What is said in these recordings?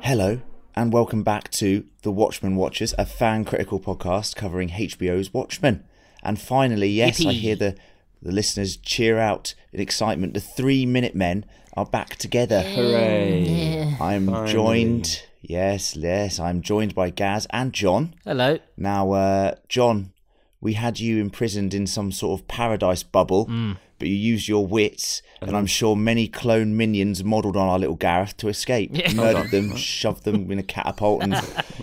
Hello, and welcome back to The Watchmen Watchers, a fan critical podcast covering HBO's Watchmen. And finally, yes, I Yippee. hear the, the listeners cheer out in excitement. The Three Minute Men are back together. Hooray! I'm joined, yes, yes, I'm joined by Gaz and John. Hello. Now, uh, John, we had you imprisoned in some sort of paradise bubble, Mm. but you used your wits, and I'm sure many clone minions modelled on our little Gareth to escape. Yeah. Murdered them, shoved them in a catapult, and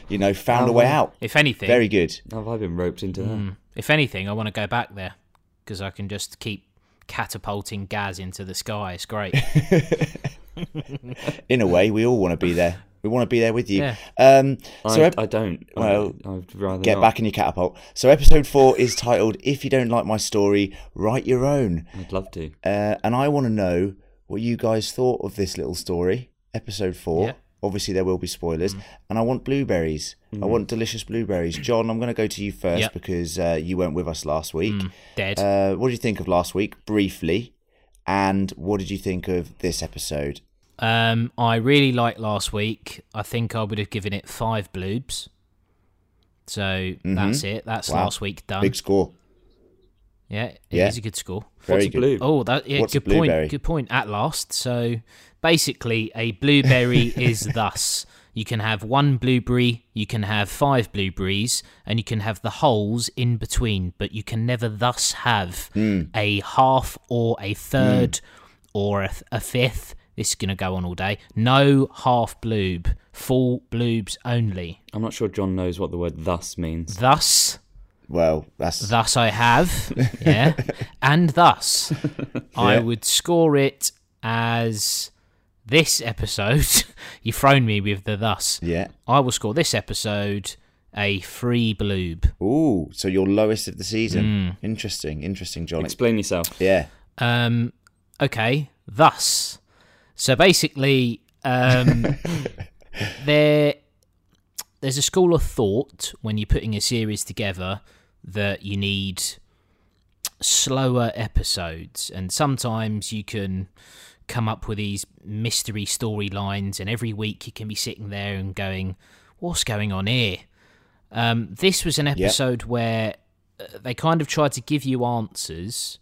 you know found a way out. If anything, Very good. Have I been roped into that? if anything, I want to go back there because I can just keep catapulting Gaz into the sky. It's great. In a way, we all want to be there. We want to be there with you. Yeah. Um, I, so, ep- I don't. I- well, I'd rather get not. back in your catapult. So, episode four is titled "If You Don't Like My Story, Write Your Own." I'd love to. Uh, and I want to know what you guys thought of this little story, episode four. Yeah. Obviously, there will be spoilers. And I want blueberries. I want delicious blueberries. John, I'm going to go to you first Yep. because uh, you weren't with us last week. Dead. Uh, what did you think of last week, briefly? And what did you think of this episode? Um, I really liked last week. I think I would have given it five bloobs. So that's it. That's Mm-hmm. Wow. last week done. Big score. yeah, it is Yeah. a good score. Very What's a good. blue? Oh, that yeah, What's a good point. blueberry? Good point. At last, so basically, a blueberry is thus: you can have one blueberry, you can have five blueberries, and you can have the holes in between, but you can never thus have Hmm. a half or a third or a, th- a fifth. This is gonna go on all day. No half bloob, full bloobs only. I'm not sure John knows what the word "thus" means. Thus, Well, that's Thus I have, yeah, and thus I Yeah. would score it as this episode. you thrown me with the thus. yeah. I will score this episode a free bloob. Ooh, so your lowest of the season. Interesting, interesting, John. Explain yourself. yeah. Um, okay, thus. So basically, um, there there's a school of thought when you're putting a series together that you need slower episodes, and sometimes you can come up with these mystery storylines, and every week you can be sitting there and going, "What's going on here?" Um, this was an episode where uh, they kind of tried to give you answers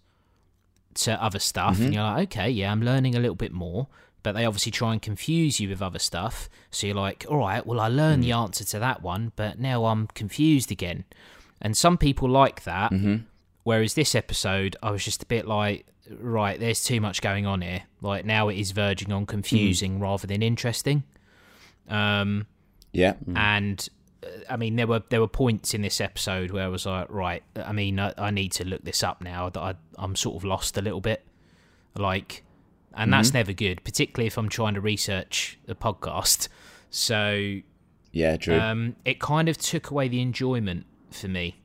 to other stuff, and you're like, okay, yeah, I'm learning a little bit more. But they obviously try and confuse you with other stuff. So you're like, all right, well, I learned the answer to that one, but now I'm confused again. And some people like that. Whereas this episode, I was just a bit like, right, there's too much going on here. Like now it is verging on confusing rather than interesting. Um, Yeah. and uh, I mean there were there were points in this episode where I was like, right, I mean I, I need to look this up now that I I'm sort of lost a little bit, like, and that's never good, particularly if I'm trying to research the podcast. So Yeah, true. um, it kind of took away the enjoyment for me.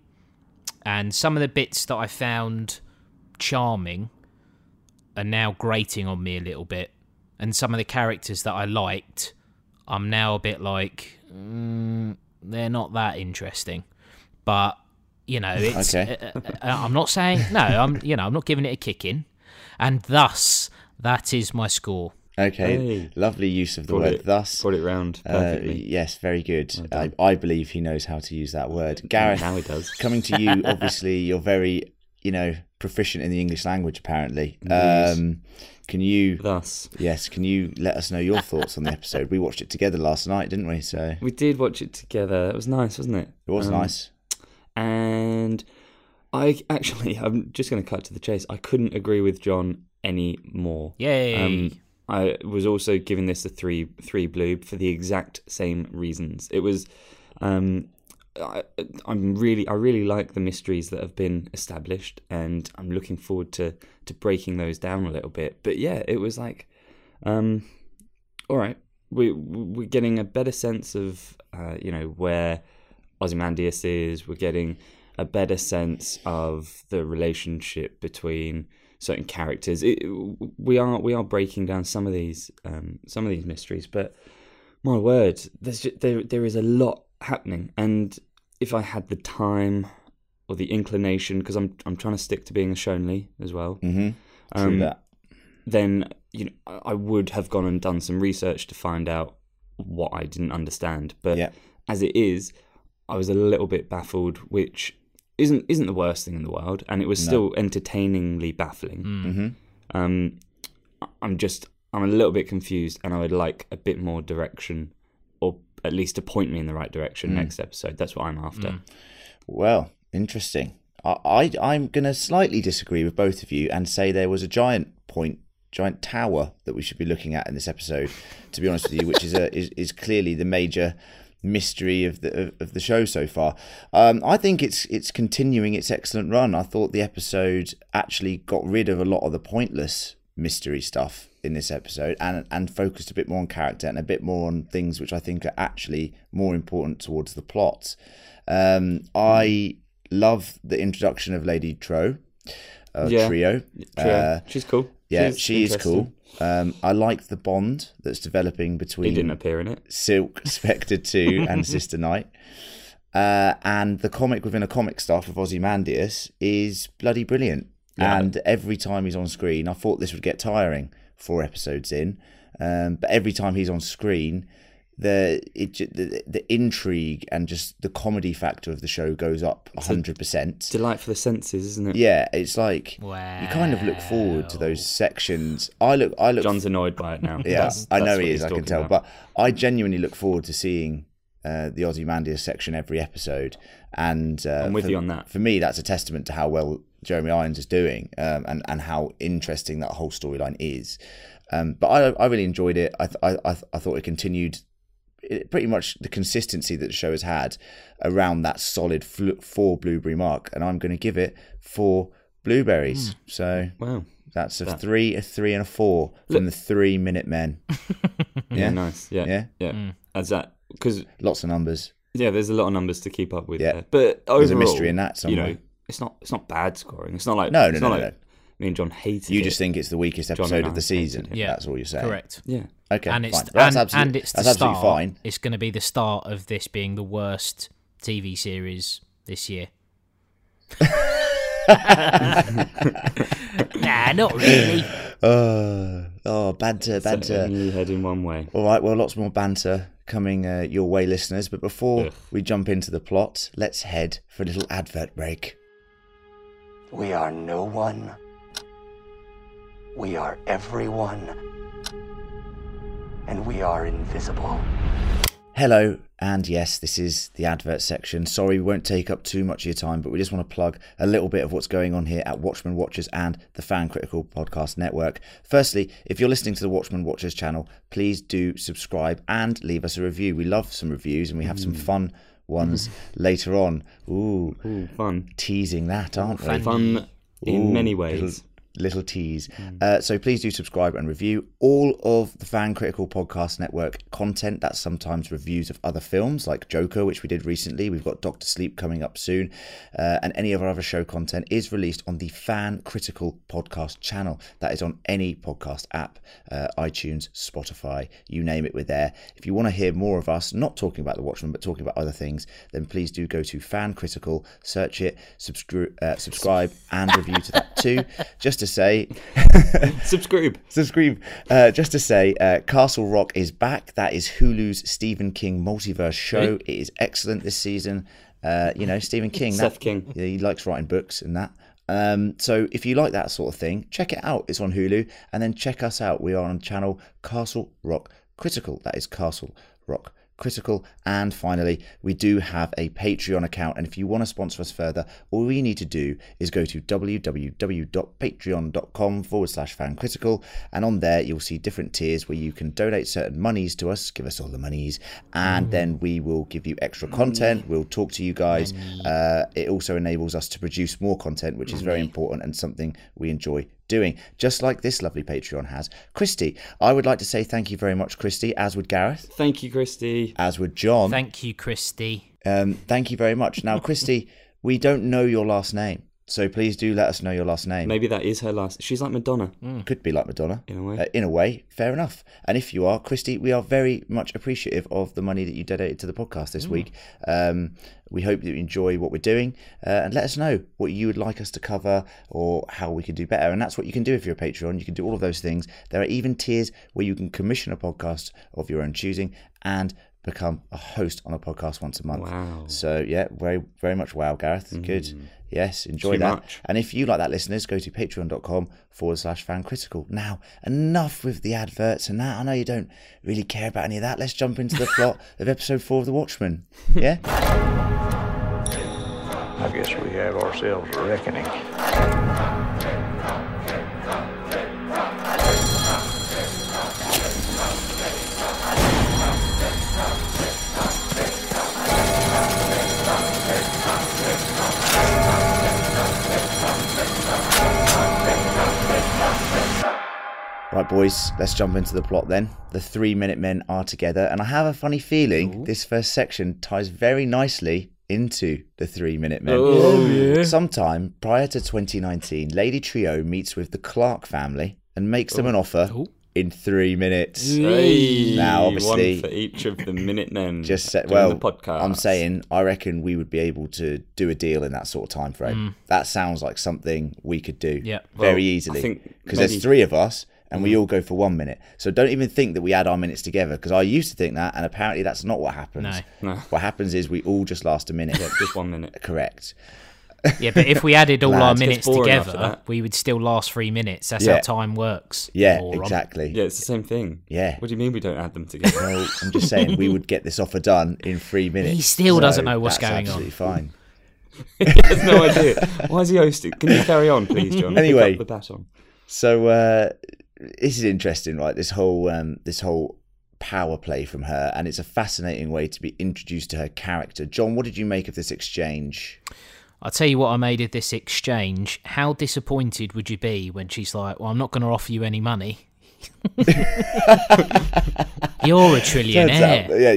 And some of the bits that I found charming are now grating on me a little bit. And some of the characters that I liked, I'm now a bit like, mm, they're not that interesting. But you know, it's. Okay. uh, uh, uh, I'm not saying no. I'm you know I'm not giving it a kick in, and thus that is my score. okay. Hey. Lovely use of the Brought word it, thus. brought it round Uh, perfectly. yes, very good. I, I believe he knows how to use that word. Gareth, now he does. coming to you, obviously, you're very, you know, proficient in the English language, apparently. Um, can you, Thus, yes, can you let us know your thoughts on the episode? We watched it together last night, didn't we? So we did watch it together. It was nice, wasn't it? it was Um, nice. And I actually, I'm just going to cut to the chase. I couldn't agree with John any more. Yay! Um, I was also giving this a three three bloob for the exact same reasons. It was, um, I, I'm really I really like the mysteries that have been established, and I'm looking forward to to breaking those down a little bit. But yeah, it was like, um, all right, we we're getting a better sense of uh, you know where Ozymandias is. We're getting a better sense of the relationship between certain characters. It, we are we are breaking down some of these um, some of these mysteries, but my word, there's ju- there there is a lot happening, and if I had the time or the inclination, because I'm I'm trying to stick to being a Shonley as well, Mm-hmm. True um, that. then you know I I would have gone and done some research to find out what I didn't understand. But Yeah. as it is, I was a little bit baffled, which isn't isn't the worst thing in the world, and it was still entertainingly baffling. Mm-hmm. Um, I- I'm just I'm a little bit confused, and I would like a bit more direction, or at least to point me in the right Mm. direction next episode. That's what I'm after. Well, interesting. I, I I'm gonna slightly disagree with both of you and say there was a giant point, giant tower that we should be looking at in this episode. To be honest with you, which is a is, is clearly the major mystery of the of, of the show so far. Um, I think it's it's continuing its excellent run. I thought the episode actually got rid of a lot of the pointless mystery stuff in this episode and and focused a bit more on character and a bit more on things which I think are actually more important towards the plot. Um, I love the introduction of Lady Tro, uh, Yeah. trio. True. Uh, she's cool. yeah, She's she is interesting. cool. Um, I like the bond that's developing He didn't between appear in it. Silk, Spectre 2, and Sister Knight. Uh, and the comic within a comic stuff of Ozymandias is bloody brilliant. And every time he's on screen, I thought this would get tiring four episodes in. Um, but every time he's on screen, the, it, ju- the the intrigue and just the comedy factor of the show goes up 100%. Delight for the senses, isn't it? Yeah, it's like you kind of look forward to those sections. I look, I look. John's annoyed by it now. yeah, That's- I that's know what he he's is. I can talking tell, about. but I genuinely look forward to seeing uh, the Ozymandias section every episode. And uh, I'm with for, you on that. For me, that's a testament to how well Jeremy Irons is doing, um, and and how interesting that whole storyline is. Um, but I I really enjoyed it. I th- I I, th- I thought it continued it, pretty much the consistency that the show has had around that solid fl- four blueberry mark, and I'm going to give it four Hmm. blueberries. So Wow. that's a three, a three, and a four from the three minute men. Yeah, nice. Yeah. Yeah. Yeah. As that, because, Lots of numbers. yeah, there's a lot of numbers to keep up with. Yeah. There. But overall, There's a mystery in that You somewhere. know, it's not, it's not bad scoring. It's not like, No, no, it's no, not no, like me and John hated You it. just think it's the weakest and episode I of the season. hated it. Yeah. That's all you're saying. Correct. Yeah. Okay. and it's fine. That's and, absolutely, and it's the that's absolutely start. fine. It's going to be the start of this being the worst TV series this year. nah, not really. Uh, oh, banter, That's banter. only head in one way. All right, well, lots more banter coming uh, your way, listeners. But before we jump into the plot, let's head for a little advert break. We are no one. We are everyone. And we are invisible. Hello, and yes, this is the advert section. Sorry, we won't take up too much of your time, but we just want to plug a little bit of what's going on here at Watchmen Watchers and the Fan Critical Podcast Network. Firstly, if you're listening to the Watchmen Watchers channel, please do subscribe and leave us a review. We love some reviews and we have some fun ones later on. Ooh, Ooh, fun. teasing that, aren't we? Fun in Ooh, many Little, ways. Hmm. little tease. Uh, so please do subscribe and review all of the Fan Critical Podcast Network content. That's sometimes reviews of other films like Joker, which we did recently. We've got Doctor Sleep coming up soon. Uh, and any of our other show content is released on the Fan Critical Podcast channel. That is on any podcast app, uh, iTunes, Spotify, you name it, we're there. If you want to hear more of us, not talking about The Watchmen, but talking about other things, then please do go to Fan Critical, search it, subscri- uh, subscribe, and review to that too. Just to say, Subscribe. subscribe. Uh, just to say, uh, Castle Rock is back. That is Hulu's Stephen King multiverse show. It is excellent this season. Uh, you know, Stephen King. Steph that- King. yeah, he likes writing books and that. Um, so if you like that sort of thing, check it out. It's on Hulu, and then check us out. We are on channel Castle Rock Critical. That is Castle Rock Critical. And finally, we do have a Patreon account, and if you want to sponsor us further, all we need to do is go to www.patreon.com forward slash fan critical, and on there you'll see different tiers where you can donate certain monies to us, give us all the monies, and then we will give you extra content. We'll talk to you guys. Uh, it also enables us to produce more content, which is very important and something we enjoy doing, just like this lovely Patreon has. Christy, I would like to say thank you very much, Christy, as would Gareth, Thank you, Christy. as would John. Thank you, Christy. um, thank you very much. Now, Christy, we don't know your last name. So please do let us know your last name. Maybe that is her last. She's like Madonna. Could be like Madonna. In a way. Uh, in a way, fair enough. And if you are, Christy, we are very much appreciative of the money that you donated to the podcast this week. Um, we hope that you enjoy what we're doing uh, and let us know what you would like us to cover or how we can do better. And that's what you can do if you're a Patreon. You can do all of those things. There are even tiers where you can commission a podcast of your own choosing and become a host on a podcast once a month. Wow. So yeah, very very much wow, Gareth. Good. Yes, enjoy Too that. much. And if you like that, listeners, go to patreon.com forward slash fan critical. Now, enough with the adverts and that. I know you don't really care about any of that. Let's jump into the plot of episode four of The Watchmen. Yeah? I guess we have ourselves a reckoning. Right, boys, let's jump into the plot then. The three minute men are together, and I have a funny feeling this first section ties very nicely into the three minute men. Oh, Sometime prior to 2019, Lady Trio meets with the Clark family and makes them an offer Ooh. in three minutes. Oh. Hey, Now, obviously- one for each of the minute men. Just say, Mm. doing well, the podcast. I'm saying I reckon we would be able to do a deal in that sort of time frame. That sounds like something we could do Yeah. very Mm. Well, I easily think because maybe- Mm. there's three of us and we all go for one minute. So don't even think that we add our minutes together because I used to think that, and apparently that's not what happens. No. No. What happens is we all just last a minute. just one minute. Correct. Yeah, but if we added all Glad. our It's minutes boring after together, that. we would still last three minutes. That's Yeah. how time works. Yeah, moron. exactly. Yeah, it's the same thing. Yeah. What do you mean we don't add them together? Well, I'm just saying we would get this offer done in three minutes. still doesn't know what's that's going on. absolutely Fine. he has no idea. Why is he hosting? Can you carry on, please, John? Pick up Anyway. the baton. So uh, this is interesting, right? This whole um, this whole power play from her, and it's a fascinating way to be introduced to her character. John, what did you make of this exchange? I'll tell you what I made of this exchange. How disappointed would you be when she's like, Well, I'm not going to offer you any money? You're a trillionaire. yeah,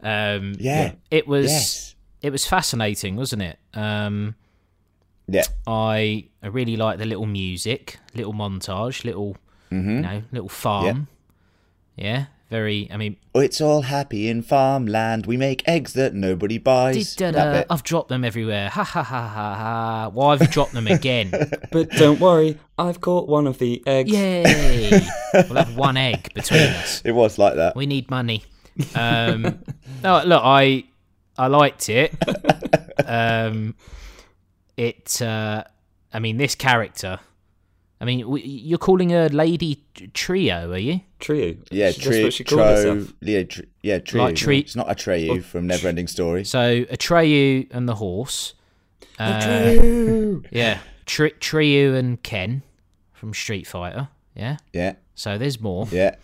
yeah, Um, Yeah. It was yes, it was fascinating, wasn't it? Um, yeah. I I really like the little music, little montage, little Mm-hmm. you know, little farm. Yeah, very. I mean, Oh, it's all happy in farmland. We make eggs that nobody buys. That da-da, bit. I've dropped them everywhere. Ha ha ha ha ha. Well, I've dropped them again. But don't worry, I've caught one of the eggs. Yay! we'll have one egg between us. It was like that. We need money. Um, no, look, I I liked it. Um, it. Uh, I mean, this character. I mean, w- you're calling her Lady Trio, are you? Trio. Yeah, She- That's tree, what she called tro, herself. yeah, tr- yeah, tree. Like tree- It's not a tree from Neverending Story. So Atreyu and the horse. Uh, Yeah. Tri- Triu and Ken from Street Fighter. Yeah. Yeah, So there's more. yeah.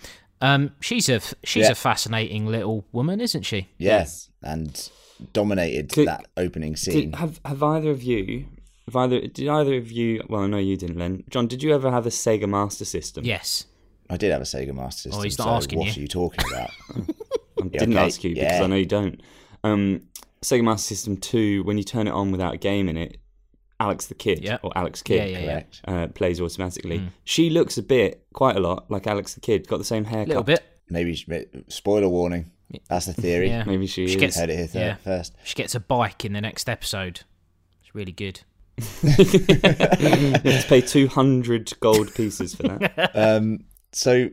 Um, she's a f- she's Yeah. a fascinating little woman, isn't she? Yes, and dominated Could- that opening scene. Did, have have either of you? Have either did either of you? Well, I know you didn't, Len. John, did you ever have a Sega Master System? Yes. I did have a Sega Master System. Oh, he's not so asking what are you. you talking about? I didn't okay, ask you because yeah. I know you don't. Um, Sega Master System Two. When you turn it on without a game in it, Alex the Kid Yeah. or Alex Kid Yeah, yeah, yeah. Correct. Uh, plays automatically. Hmm. She looks a bit, quite a lot, like Alex the Kid. Got the same haircut. A little bit. Maybe you should- spoiler warning. That's the theory. Yeah. Maybe she, She is. gets Heard it here th- Yeah. first. she gets a bike in the next episode. It's really good. You have to pay two hundred gold pieces for that. So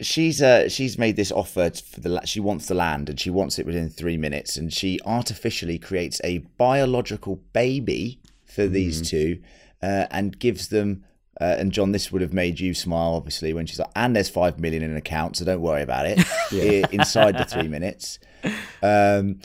she's uh, she's made this offer t- for the la- she wants the land and she wants it within three minutes and she artificially creates a biological baby for these two uh, and gives them. Uh, and John, this would have made you smile, obviously, when she's like, "And there's five million in an account, so don't worry about it." i- Inside the three minutes, um,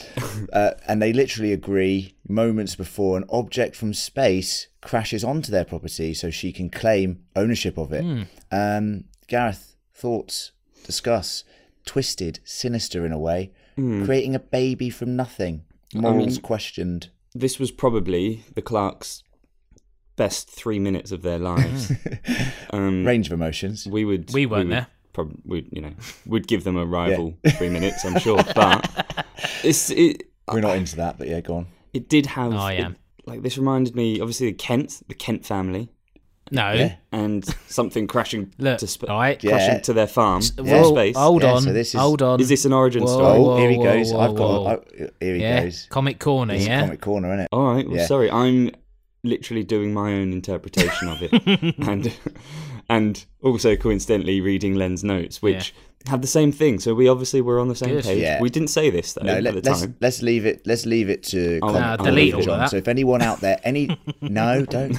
uh, and they literally agree moments before an object from space crashes onto their property so she can claim ownership of it. Um, Gareth, thoughts, discuss. Twisted, sinister in a way, Hmm. creating a baby from nothing. Morals questioned. this was probably the Clarks' best three minutes of their lives. um, Range of emotions. we would Hmm. We weren't there. Probably, would you know, would give them a rival three minutes, I'm sure. But it's it We're not into that, but yeah, go on. it did have I it- am. like like this reminded me obviously the Kent, the Kent family, No. Yeah. and something crashing Look, oh, to sp- right. crashing Yeah. to their farm Yeah. in Whoa, space. Hold Yeah, on. so this is- hold on. Is this an origin Whoa, story? Oh, whoa, here he whoa, goes. whoa, I've got. whoa. oh, here he yeah. goes. Comic corner, It's yeah. comic corner, isn't it? All right. Well, Yeah. sorry, I'm literally doing my own interpretation of it, and and also coincidentally reading Len's notes, which have the same thing. So we obviously were on the same Good. page. Yeah. We didn't say this though No, at let, the us time. let's leave it. Let's leave it to Oh, Colin no, and delete John. all that. So if anyone out there, any no, don't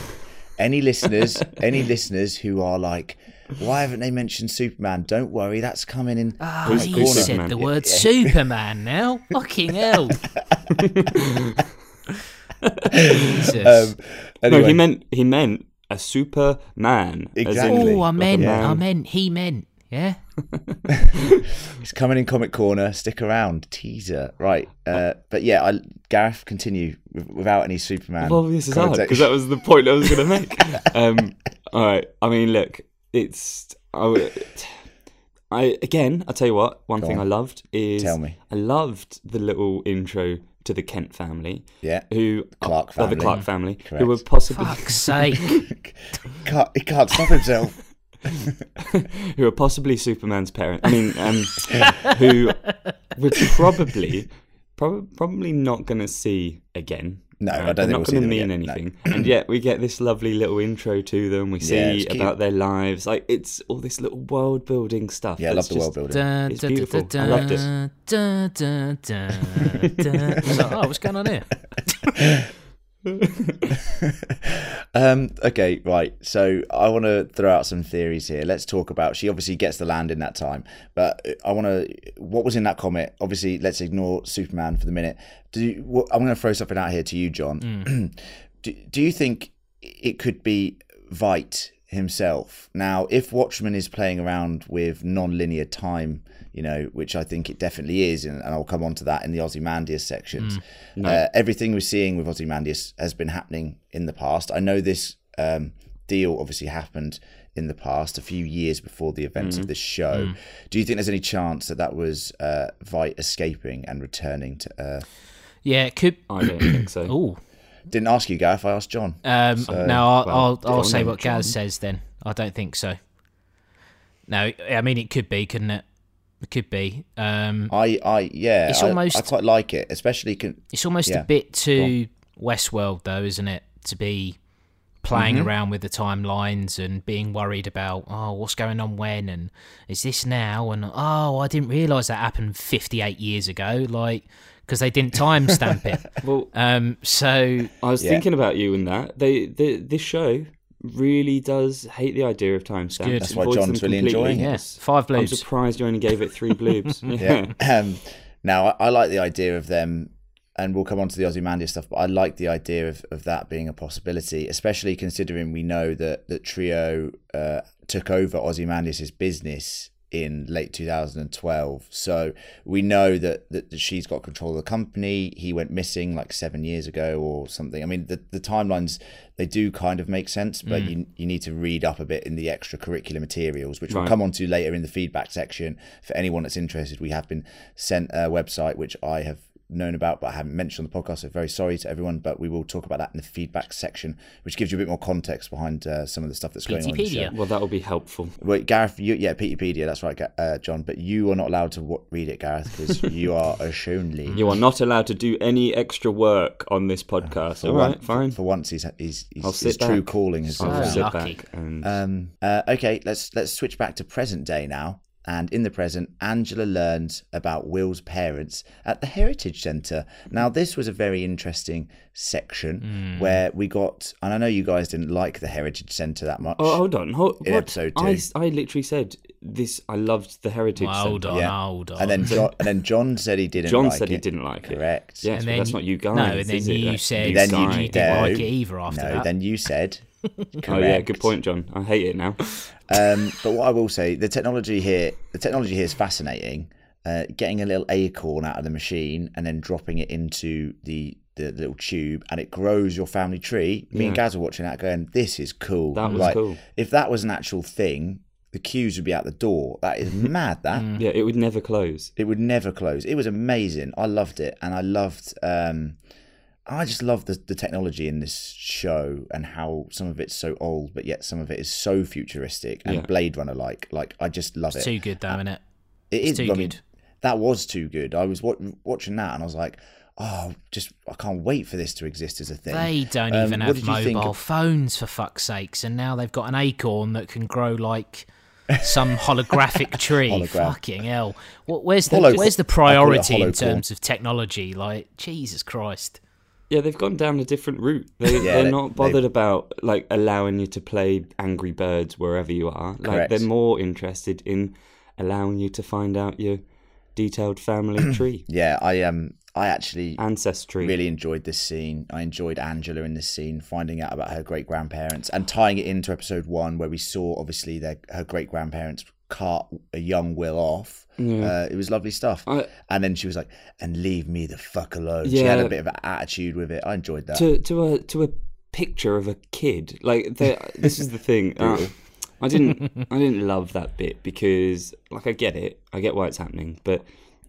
any listeners, any listeners who are like, why haven't they mentioned Superman? Don't worry, that's coming in. Ah, Who's- he who's said Superman? the word Superman now. Fucking hell. Jesus. Anyway, No, he meant he meant a Superman. as in- Exactly. oh, I meant, man. I meant, he meant. Yeah. it's coming in Comic Corner. Stick around, teaser. Right, Oh. uh, but yeah, I, Gareth, continue with, without any Superman. Well, this is hard connotation. because that was the point I was going to make. um, all right. I mean, look, it's I, w- I- again. I tell you what. One thing I loved is Tell me. I loved the little intro to the Kent family. Yeah. Who Clark uh, the family. Clark family Correct. who were possibly Fuck's sake. He can't, he can't stop himself. who are possibly Superman's parents. I mean, um, who we're probably prob- probably not going to see again. Uh, No, I don't they're think not we'll see gonna them mean again, no. anything. And yet we get this lovely little intro to them. We Yeah, see it's cute. about their lives. Like it's all this little world building stuff. Yeah, I love that's the just- world building. Dun, It's dun, dun, beautiful. dun, I loved it. dun, dun, dun, dun. I was like, oh, what's going on here? Um, okay, right. So I want to throw out some theories here. Let's talk about. She obviously gets the land in that time, but I want to. What was in that comet? Obviously, let's ignore Superman for the minute. Do you, what, I'm going to throw something out here to you, John. Mm. do, do you think it could be Veit himself? Now, if Watchmen is playing around with non-linear time, you know, which I think it definitely is, and, and I'll come on to that in the Ozymandias sections. Mm. Uh, everything we're seeing with Ozymandias has been happening in the past. I know this um, deal obviously happened in the past, a few years before the events Mm. of this show. Do you think there's any chance that that was uh, Vite escaping and returning to Earth? Yeah, it could. I don't think so. Oh, Didn't ask you, Gareth. I asked John. um, no, I'll, I'll, well, I'll John say then, what John. Gaz says then. I don't think so. No, I mean, it could be, couldn't it? It could be. Um, I, I, yeah, It's I, almost- I quite like it, especially con- It's almost Yeah. a bit too Westworld, though, isn't it? To be playing around with the timelines and being worried about, oh, what's going on when and is this now? And oh, I didn't realise that happened 58 years ago. Like, because they didn't timestamp it. Well, Um, so, I was Yeah. thinking about you and that. They, they this show really does hate the idea of timestamps. good. That's why John's really enjoying it. yes, five I'm blues. surprised you only gave it three bloobs. yeah. um, now I, I like the idea of them, and we'll come on to the Ozymandias stuff. But I like the idea of, of that being a possibility, especially considering we know that that Trio uh, took over Ozymandias' business in late 2012. So we know that, that that she's got control of the company. He went missing like seven years ago or something. I mean, the, the timelines they do kind of make sense, but you you need to read up a bit in the extracurricular materials, which we'll Right. come on to later in the feedback section. For anyone that's interested, we have been sent a website which I have known about but I haven't mentioned on the podcast. So very sorry to everyone, but we will talk about that in the feedback section, which gives you a bit more context behind uh, some of the stuff that's going on. In the show. Wikipedia. Well, that will be helpful. Well, Gareth, you, yeah, Peterpedia, that's right, Ga- uh, John. But you are not allowed to w- read it, Gareth, because you are a Shonley. You are not allowed to do any extra work on this podcast. All right, fine. Uh, For once, he's, he's, he's, I'll his sit true back. calling has been I'll found. sit Lucky. back and Um, uh, okay, let's let's switch back to present day now. And in the present, Angela learns about Will's parents at the Heritage Centre. Now, this was a very interesting section Hmm. where we got, and I know you guys didn't like the Heritage Centre that much. Oh, hold on. Hold, In what? episode I, two. I literally said this. I loved the heritage. Well, hold Centre. on, Yeah. hold on. and then John, and then John said he didn't. John like said it. he didn't like it. Correct. Yes, And but then that's you- not you guys. No, and then is it? you That's said- you Then guys. you You didn't like No. it either after No, that. then you said. Correct. Oh yeah, good point, John. I hate it now. Um, but what I will say, the technology here, the technology here is fascinating. Uh, getting a little acorn out of the machine and then dropping it into the the little tube and it grows your family tree. Me and Yeah. Gaz were watching that, going, "This is cool." That was Like, cool. If that was an actual thing, the queues would be out the door. That is mad. That Yeah, it would never close. it would never close. It was amazing. I loved it, and I loved. Um, I just love the, the technology in this show and how some of it's so old, but yet some of it is so futuristic and Yeah. Blade Runner like. Like I just love it. Too good though, isn't it? It is It's too I mean, good. That was too good. I was wat- watching that and I was like, oh, just I can't wait for this to exist as a thing. They don't Um, even what have did you think mobile of- phones for fuck's sakes, and now they've got an acorn that can grow like some holographic tree. Hologram. Fucking hell! What, where's the Holo- where's the I call it priority in holocore. terms of technology? Like Jesus Christ! Yeah, they've gone down a different route. They, Yeah, they're they- not bothered about like allowing you to play Angry Birds wherever you are. Like Correct. they're more interested in allowing you to find out your detailed family tree, Yeah, I um, I actually ancestry. really enjoyed this scene. I enjoyed Angela in this scene, finding out about her great grandparents and tying it into episode one, where we saw obviously their her great grandparents cart a young Will off. Uh, it was lovely stuff. I- and then she was like, "And leave me the fuck alone." She had Yeah. a bit of an attitude with it. I enjoyed that. to to a to a picture of a kid. Like the- this is the thing. Uh, I didn't I didn't love that bit because like I get it. I get why it's happening, but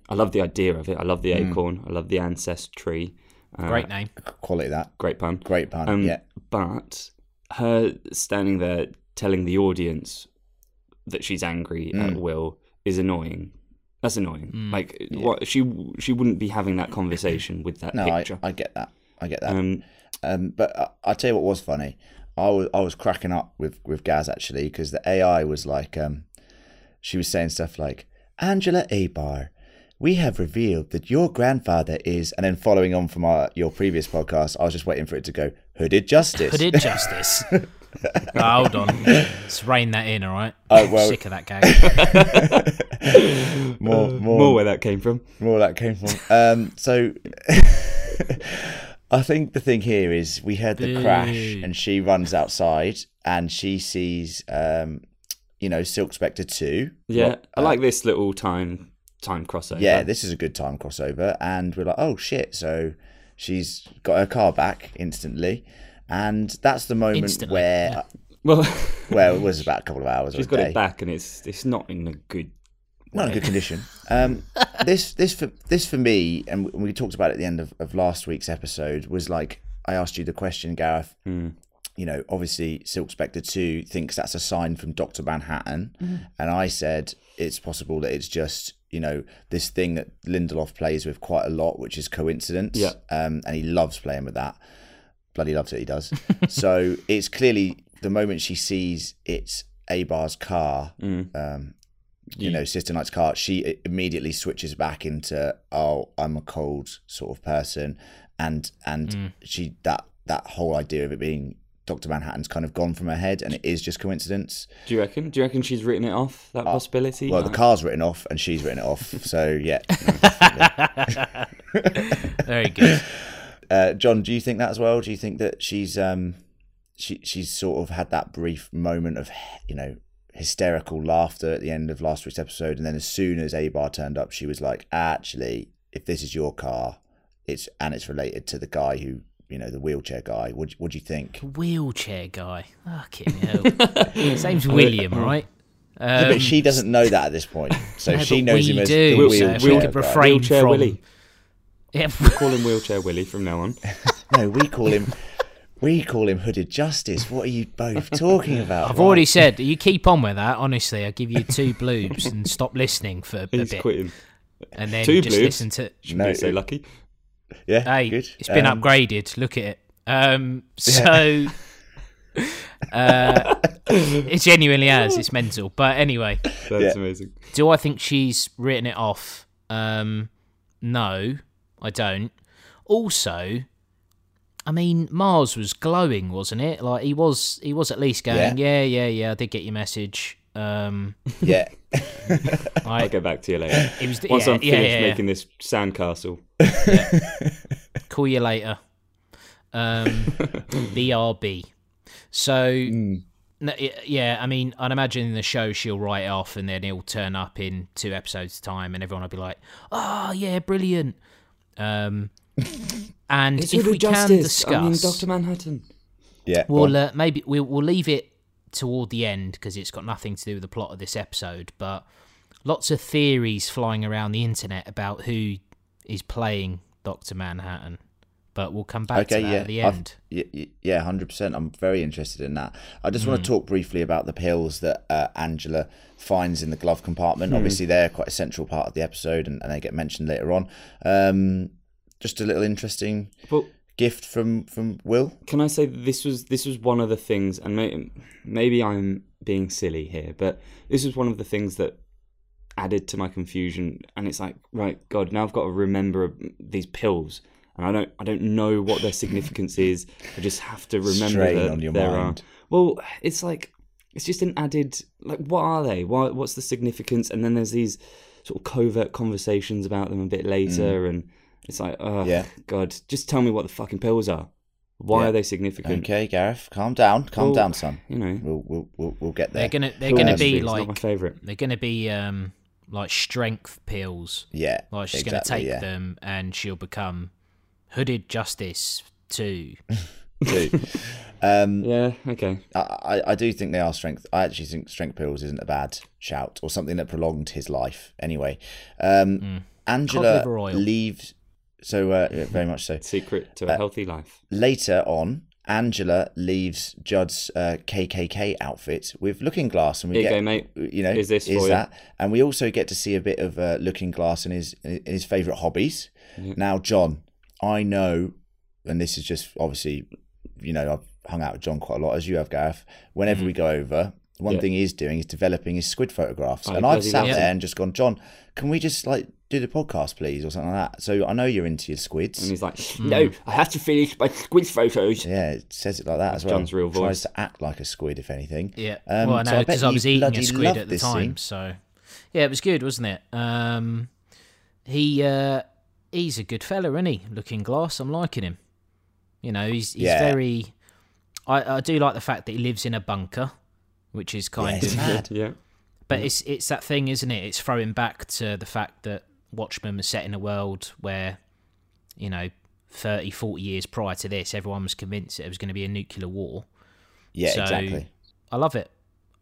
I love the idea of it. I love the Hmm. acorn. I love the ancest tree. Great name. Quality that Great pun. great pun. Um, yeah, But her standing there telling the audience that she's angry at Mm. Will is annoying. That's annoying. Like what she she wouldn't be having that conversation with that no, I, picture. I get that. I get that. um, Um, but I, I tell you what was funny. I was I was cracking up with with Gaz actually because the AI was like, um, she was saying stuff like, Angela Abar, we have revealed that your grandfather is, and then following on from our your previous podcast, I was just waiting for it to go hooded justice. Hooded justice. Ah, hold on, let's rein that in. All right. Oh, well- Sick of that gag. more, more, more, where that came from. more where that came from. Um, so I think the thing here is we heard the crash, Boo. and she runs outside and she sees, um, you know, Silk Spectre two. Yeah, I like this little time time crossover. uh, yeah, this is a good time crossover. And we're like, oh shit! So she's got her car back instantly, and that's the moment Instantly, where, well, well, it was about a couple of hours. she's or a got day. it back, and it's it's not in a good. not in good condition. Um, this this for this for me, and we talked about it at the end of, of last week's episode was like I asked you the question, Gareth. You know, obviously, Silk Spectre Two thinks that's a sign from Doctor Manhattan, and I said it's possible that it's just you know this thing that Lindelof plays with quite a lot, which is coincidence. Yeah. um, and he loves playing with that bloody loves it. He does. so it's clearly the moment she sees it's Abar's car, um, you know, Sister Night's car. She i- immediately switches back into oh, I'm a cold sort of person, and and she that that whole idea of it being Doctor Manhattan's kind of gone from her head, and it is just coincidence. Do you reckon? Do you reckon she's written it off that possibility? Oh, Well, the Like- car's written off, and she's written it off. So yeah, Very good. uh, John, do you think that as well? Do you think that she's um, she she's sort of had that brief moment of you know hysterical laughter at the end of last week's episode, and then as soon as Abar turned up, she was like, actually, if this is your car, it's and it's related to the guy who you know the wheelchair guy. What do- what do you think? Um, Wheelchair guy. Fucking hell. His name's William, right? Yeah, but she doesn't know that at this point, so no, she but knows we him as do, the so wheelchair if we could guy. refrain Wheelchair from. Willy. Yeah. Call him Wheelchair Willy from now on. No, we call him. We call him Hooded Justice. What are you both talking about? I've already said you keep on with that. Honestly, I'll give you two bloobs and stop listening for a He's bit, quitting. and then Two just bloobs? listen to. Should No. be so lucky. Yeah, Hey, good. it's been Um, upgraded. Look at it. Um, so uh, it genuinely has. It's mental. But anyway, That's Yeah. amazing. do I think she's written it off? Um, no, I don't. Also, I mean, Mars was glowing, wasn't it? Like he was, he was at least going, yeah, yeah, yeah. I did get your message. Um, Yeah, I, I'll get back to you later. it was Once yeah, I'm yeah, finished yeah, yeah. making this sandcastle. call you later. Um, BRB. So, no, y- yeah, I mean, I'd imagine in the show she'll write it off and then he'll turn up in two episodes' time and everyone will be like, oh, yeah, brilliant. Um, and if we can discuss. I mean, Doctor Manhattan. yeah. go on. We'll uh, maybe we'll, we'll leave it toward the end because it's got nothing to do with the plot of this episode. But lots of theories flying around the internet about who is playing Doctor Manhattan. but we'll come back to that at the I've- end. y- y- yeah, hundred percent. I'm very interested in that. I just Mm. want to talk briefly about the pills that uh, Angela finds in the glove Hmm. compartment. Obviously, they're quite a central part of the episode, and, and they get mentioned later on. Um, just a little interesting Well, gift from from Will. can I say that this was this was one of the things, and may, maybe I'm being silly here, but this was one of the things that added to my confusion. And it's like, right, God, now I've got to remember these pills, and I don't I don't know what their significance is. I just have to remember Strain that on your there mind. are. Well, it's like it's just an added like, what are they? Why, what's the significance? And then there's these sort of covert conversations about them a bit later, and it's like, oh Mm. Yeah. God, just tell me what the fucking pills are. Why Yeah. are they Hmm. significant? Okay, Gareth, calm down, calm Well, down, son. You know, We'll we'll we'll, we'll get there. They're gonna they're gonna be it's not my like favorite. they're gonna be um like strength pills. yeah, Like she's exactly, gonna take yeah. them and she'll become hooded justice too. Too. um, Yeah. Okay. I, I- I do think they are strength. I actually think strength pills isn't a bad shout or something that prolonged his life. Anyway, um, Angela Mm. liver oil. leaves. So uh, yeah, very much so. Secret to a healthy life. Later on, Angela leaves Judd's uh, KKK outfit with Looking Glass, and we Here you get go, mate. you know Is this for you? that, and we also get to see a bit of uh, Looking Glass and his and his favorite hobbies. Now, John, I know, and this is just obviously, you know, I've hung out with John quite a lot as you have, Gareth. Whenever we go over. One Mm-hmm. Yeah. thing he's doing is developing his squid photographs, Oh, and I've bloody sat love there it. and just gone, John, can we just like do the podcast, please, or something like that? So I know you're into your squids. And he's like, "No, I have to finish my squid photos." Mm. Yeah, it says it like that as well. John's real Tries voice. to act like a squid, if anything. Yeah. Um, well, so no, I bet because I, you was eating bloody a squid loved at the this time. scene. So, yeah, it was good, wasn't it? Um, he uh, he's a good fella, isn't he? Looking glass, I'm liking him. You know, he's he's Yeah. very. I, I do like the fact that he lives in a bunker, which is Yeah, kind it's of. mad. Yeah. But it's it's that thing, isn't it? It's throwing back to the fact that Watchmen was set in a world where, you know, 30, 40 years prior to this, everyone was convinced that it was going to be a nuclear war. Yeah, So- exactly. I love it.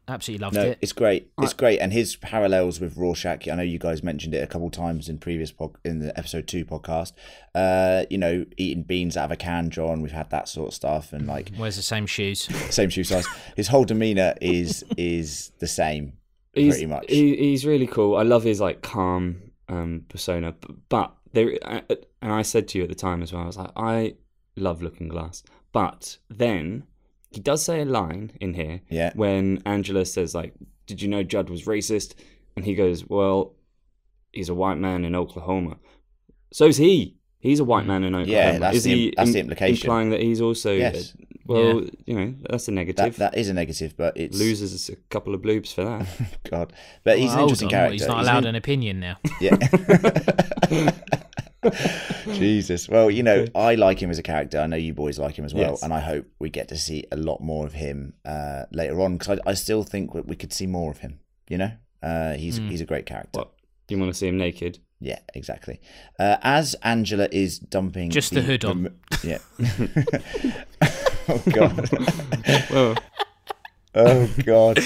Absolutely loved No, it. it's great. It's great, and his parallels with Rorschach. I know you guys mentioned it a couple times in previous pod, in the episode two podcast. Uh, you know, eating beans out of a can, John. We've had that sort of stuff, and like Wears the same shoes. same shoe size. His whole demeanor is is the same, He's, pretty much. He, he's really cool. I love his like calm um, persona. B- But there, I- I- and I said to you at the time as well. I was like, I love Looking Glass. But then he does say a line in here. Yeah. When Angela says like, "Did you know Judd was racist?" and he goes, "Well, he's a white man in Oklahoma. So's he. He's a white man in Oklahoma. that's Is the- he that's the im- implication. implying that he's also Yes. well, you know, that's a That negative. that is a negative, but it's Loses us a couple of bloobs for that. God. But he's Well, an hold interesting on, character. He's not He's an allowed an opinion now. Yeah. Jesus. Well, you know, I like him as a character. I know you boys like him as well, Yes. and I hope we get to see a lot more of him uh, later on because I, I still think that we could see more of him. You know, uh, he's he's a great character. What? Do you want to see him naked? Yeah, exactly. Uh, as Angela is dumping Just the hood on. remo- yeah. oh God. Well, Oh God.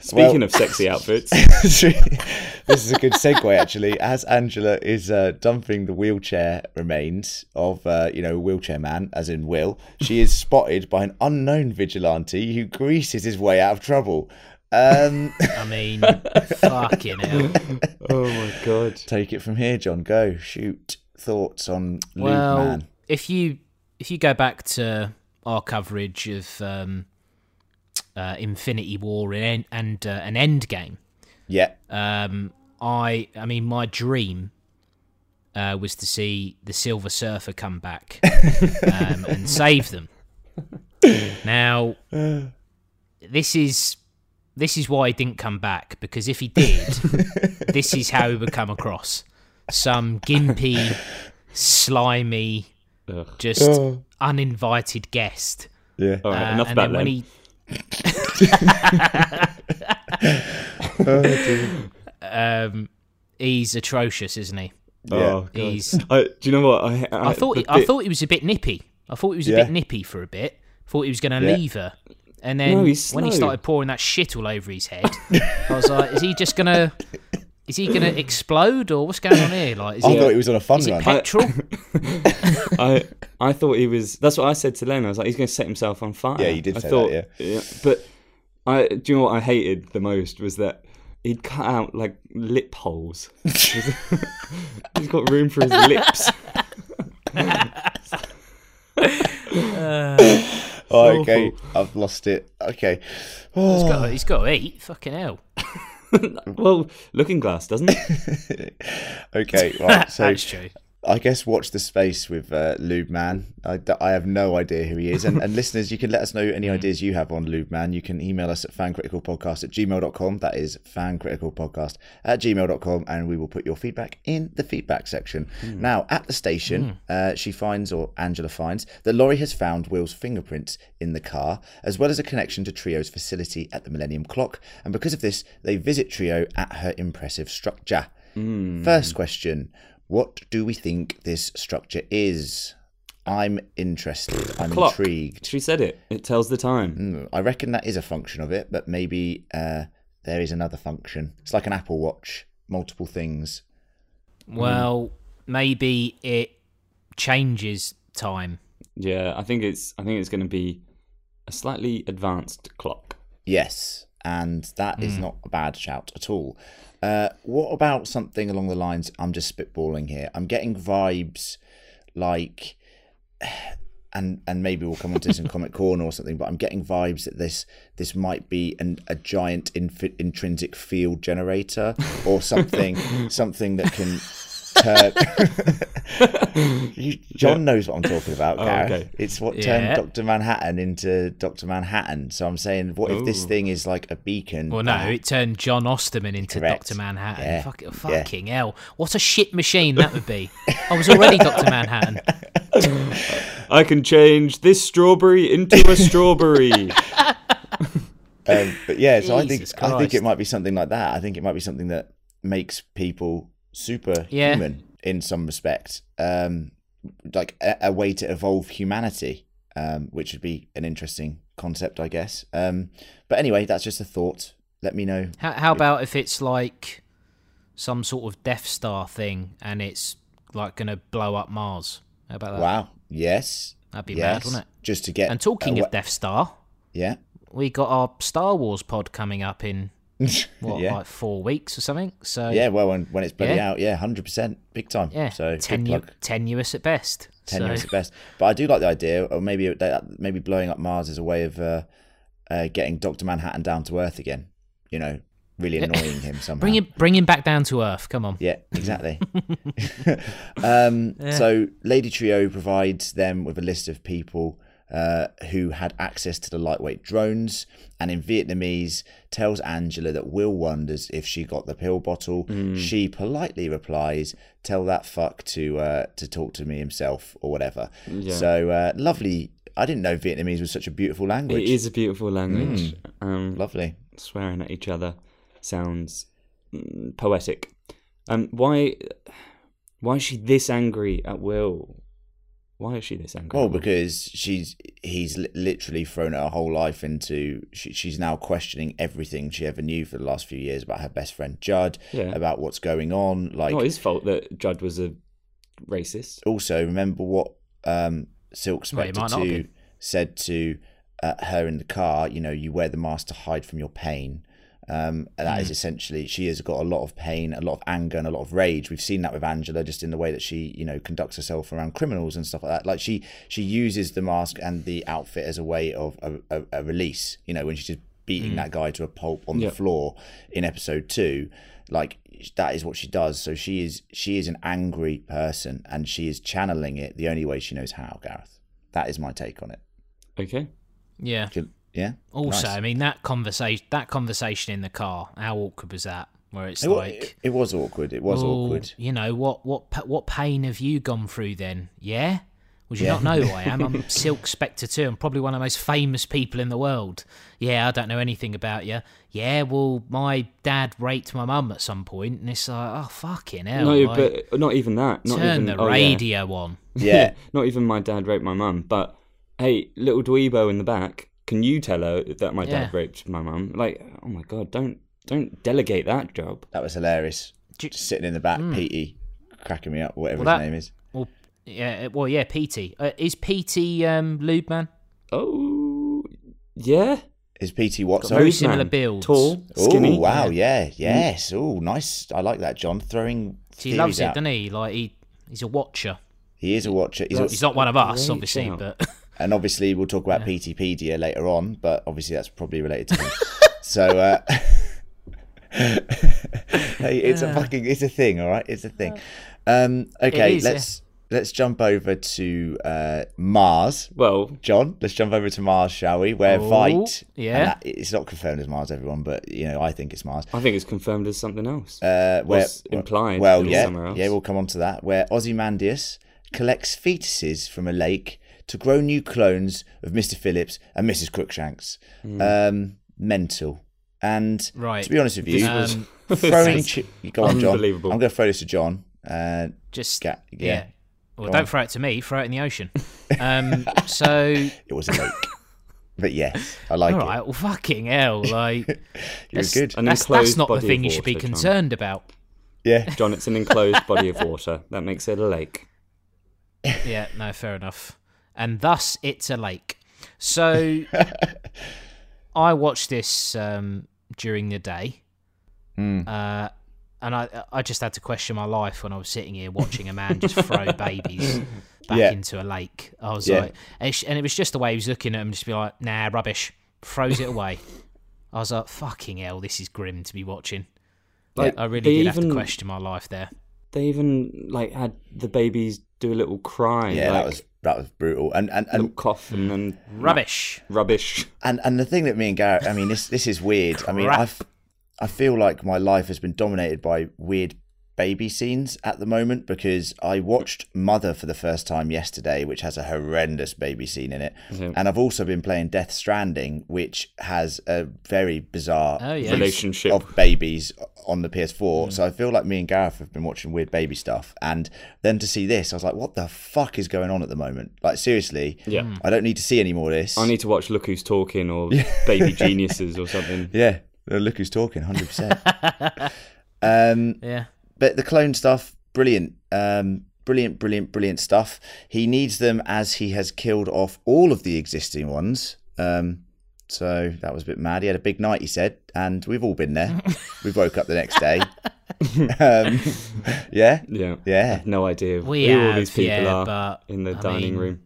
speaking Well- of sexy outfits, this is a good segue actually as angela is uh, dumping the wheelchair remains of uh, you know wheelchair man as in will she is spotted by an unknown vigilante who greases his way out of trouble um I mean, fucking hell. oh my god! take it from here john go shoot thoughts on luke Well, man if you if you go back to our coverage of um, uh, Infinity War and and uh, an Endgame, yeah um, I I mean, my dream uh, was to see the Silver Surfer come back um, and save them. Now, this is this is why he didn't come back because if he did, this is how he would come across: some gimpy, slimy, Ugh. just uninvited guest. yeah All Uh, right, enough and about then that. when he um, he's atrocious, isn't he? oh, God. He's- I, do you know what? I, I, I thought the he, I bit- thought he was a bit nippy. I thought he was a Yeah. bit nippy for a bit. Thought he was going to Yeah. leave her, and then No, he's when he slow. started pouring that shit all over his head, I was like, "Is he just going to Is he going to explode or what's going on here? Like, is I he, thought it was on a fun is he run. petrol? I I thought he was. That's what I said to Len. I was like, he's going to set himself on fire. Yeah, you did I say thought, that, yeah. But I, do you know what I hated the most was that he'd cut out like lip holes. he's got room for his lips. Oh, okay, I've lost it. Okay, he's, got, he's got to eat. Fucking hell. well, Looking Glass doesn't. It? okay, right. So That's true. I guess watch the space with uh, Lube Man. I, I have no idea who he is. And, and listeners, you can let us know any ideas you have on Lube Man. You can email us at fancriticalpodcast at gmail.com. That is fancriticalpodcast at gmail.com. And we will put your feedback in the feedback section. Now, at the station, uh, she finds, or Angela finds, that Laurie has found Will's fingerprints in the car, as well as a connection to Trio's facility at the Millennium Clock. And because of this, they visit Trio at her impressive structure. First question What do we think this structure is? I'm interested. I'm Clock. intrigued. She said it. It tells the time. Hmm, I reckon that is a function of it, but maybe uh, there is another function. It's like an Apple Watch, multiple things. Mm. Well, maybe it changes time. Yeah, I think it's. I think it's going to be a slightly advanced clock. Yes, and that is not a bad shout at all. Uh, what about something along the lines? I'm just spitballing here. I'm getting vibes like, and and maybe we'll come into this in comic corner or something. But I'm getting vibes that this this might be an, a giant inf- intrinsic field generator or something something that can. Turn... you, John knows what I'm talking about, Gareth. okay. It's what Yeah. turned Doctor Manhattan into Doctor Manhattan. So I'm saying, what if this Ooh. thing is like a beacon? Well, no, that- Uh, it turned John Osterman into Correct. Dr. Manhattan. Yeah. Fuck, Yeah. Fucking hell. What a shit machine that would be. I was already Dr. Manhattan. I can change this strawberry into a strawberry. um, but yeah, so I think Jesus I think Christ. it might be something like that. I think it might be something that makes people superhuman Yeah. in some respect, um, like a, a way to evolve humanity, um, which would be an interesting concept, I guess. Um, but anyway, that's just a thought. Let me know. How, how about if it's like some sort of Death Star thing and it's like going to blow up Mars? How about that? Wow. Yes. That'd be mad, yes. Uh, wouldn't it? Just to get And talking awa- of Death Star, yeah. we got our Star Wars pod coming up in, what, Yeah. like four weeks or something? So, Yeah, well, when, when it's bloody Yeah. out, yeah, hundred percent, big time. yeah so good tenu- plug. tenuous at best. tenuous so, at best. But I do like the idea, or maybe that, maybe blowing up Mars is a way of uh, uh, getting Doctor Manhattan down to Earth again. You know, really annoying him somehow. Bring him, bring him back down to earth. Come on. Yeah, exactly. um, So, Lady Trio provides them with a list of people uh, who had access to the lightweight drones, and in Vietnamese, tells Angela that Will wonders if she got the pill bottle. Mm. She politely replies, "Tell that fuck to uh, to talk to me himself or whatever." So uh, lovely. I didn't know Vietnamese was such a beautiful language. It is a beautiful language. Mm. Um, lovely. swearing at each other sounds mm, poetic. Um, why, why is she this angry at Will? Why is she this angry? Well, at Will? because she's he's li- literally thrown her whole life into. She, she's now questioning everything she ever knew for the last few years about her best friend Judd, Yeah. about what's going on. Like, not his fault that Judd was a racist. also remember what um, Silk Well, it Spectre might not have Two said to uh, her in the car. You know, you wear the mask to hide from your pain. Um, and that is essentially she has got a lot of pain, a lot of anger, and a lot of rage. We've seen that with Angela, just in the way that she, you know, conducts herself around criminals and stuff like that. Like she, she uses the mask and the outfit as a way of a, a, a release. You know, when she's just beating that guy to a pulp on Yeah. the floor in episode two, like that is what she does. So she is, she is an angry person, and she is channeling it the only way she knows how. Gareth, that is my take on it. Okay. Yeah. Good- Yeah. Also, Nice. I mean that conversation that conversation in the car. How awkward was that? Where it's It, wa- like, it, it was awkward. It was "Oh, awkward. You know what? What pa- what pain have you gone through? Then, yeah. Would you Yeah. not know who I am? I'm Silk Spectre too. I'm probably one of the most famous people in the world. Yeah, I don't know anything about you. Yeah, well, my dad raped my mum at some point, and it's like, oh fucking hell! no, like, but not even that. Not turn even, the oh, yeah. radio on. Yeah. Not even my dad raped my mum. But hey, little Dweebo in the back, can you tell her that my Yeah. dad raped my mum? Like, oh my god, don't don't delegate that job. That was hilarious. Do- Hmm. just sitting in the back, Petey, cracking me up, whatever Well, his that- name is. Well, yeah, well, yeah. PT uh, is PT um, lube man. Oh, yeah. Is Petey what? very sorry? Lube similar man. builds. Tall, skinny. Oh wow, yeah, yes. Oh, nice. I like that, John. Throwing. He theories loves it, out. doesn't he? Like he, he's a watcher. He is a watcher. He's, He's not one of us, Great obviously, shout. but and obviously we'll talk about PTpedia later on, but obviously that's probably related to him. so uh, hey, it's a fucking it's a thing, all right? It's a thing. Um, okay, is, yeah. let's let's jump over to uh, Mars. Well, John, let's jump over to Mars, shall we? Where Vite, Oh, yeah. and that- it's not confirmed as Mars, everyone, but you know, I think it's Mars. I think it's confirmed as something else. Uh, where Was implied Well, it was yeah, somewhere else. yeah, we'll come on to that. Where Ozymandias collects fetuses from a lake to grow new clones of Mister Phillips and Mrs. Crookshanks. Hmm. Um, mental. And Right. to be honest with you, was- Um, throwing chi- go on, John. I'm Unbelievable. going to throw this to John. Uh, just ga- yeah, yeah. Well, Go don't on. throw it to me. Throw it in the ocean. Um, so it was a lake, but yes, I like all it. right. Well, fucking hell, like You're that's, good. An That's, that's enclosed not the body thing of you should be water, Tom. concerned about. Yeah, John, it's an enclosed body of water. That makes it a lake. Yeah, no, fair enough. And thus, it's a lake. So, I watched this um, during the day, Hmm. uh, and I I just had to question my life when I was sitting here watching a man just throw babies back Yeah. into a lake. I was Yeah. like, and it- and it was just the way he was looking at him, just be like, nah, rubbish, throws it away. I was like, fucking hell, this is grim to be watching. Like, I really they did even, have to question my life there. They even like had the babies do a little cry. yeah, like, that was that was brutal. And and and little cough and then Rubbish. rubbish. And and the thing that me and Garrett, I mean, this this is weird. I mean, I f- I feel like my life has been dominated by weird baby scenes at the moment because I watched Mother for the first time yesterday, which has a horrendous baby scene in it, Mm-hmm. and I've also been playing Death Stranding, which has a very bizarre Oh, yeah. Relationship. Mm. of babies on the PS4. So I feel like me and Gareth have been watching weird baby stuff. And then to see this, I was like, what the fuck is going on at the moment? Like, seriously, Yeah. Mm. I don't need to see any more of this. I need to watch Look Who's Talking or Baby Geniuses or something. Yeah, uh, look who's talking, hundred percent. Um, Yeah. but the clone stuff, brilliant, um, brilliant, brilliant, brilliant stuff. He needs them as he has killed off all of the existing ones. Um, so that was a bit mad. He had a big night, he said, and we've all been there. we woke up the next day. um, yeah, Yeah. yeah, No idea We who all have, these people yeah, are but, in the I dining mean, room.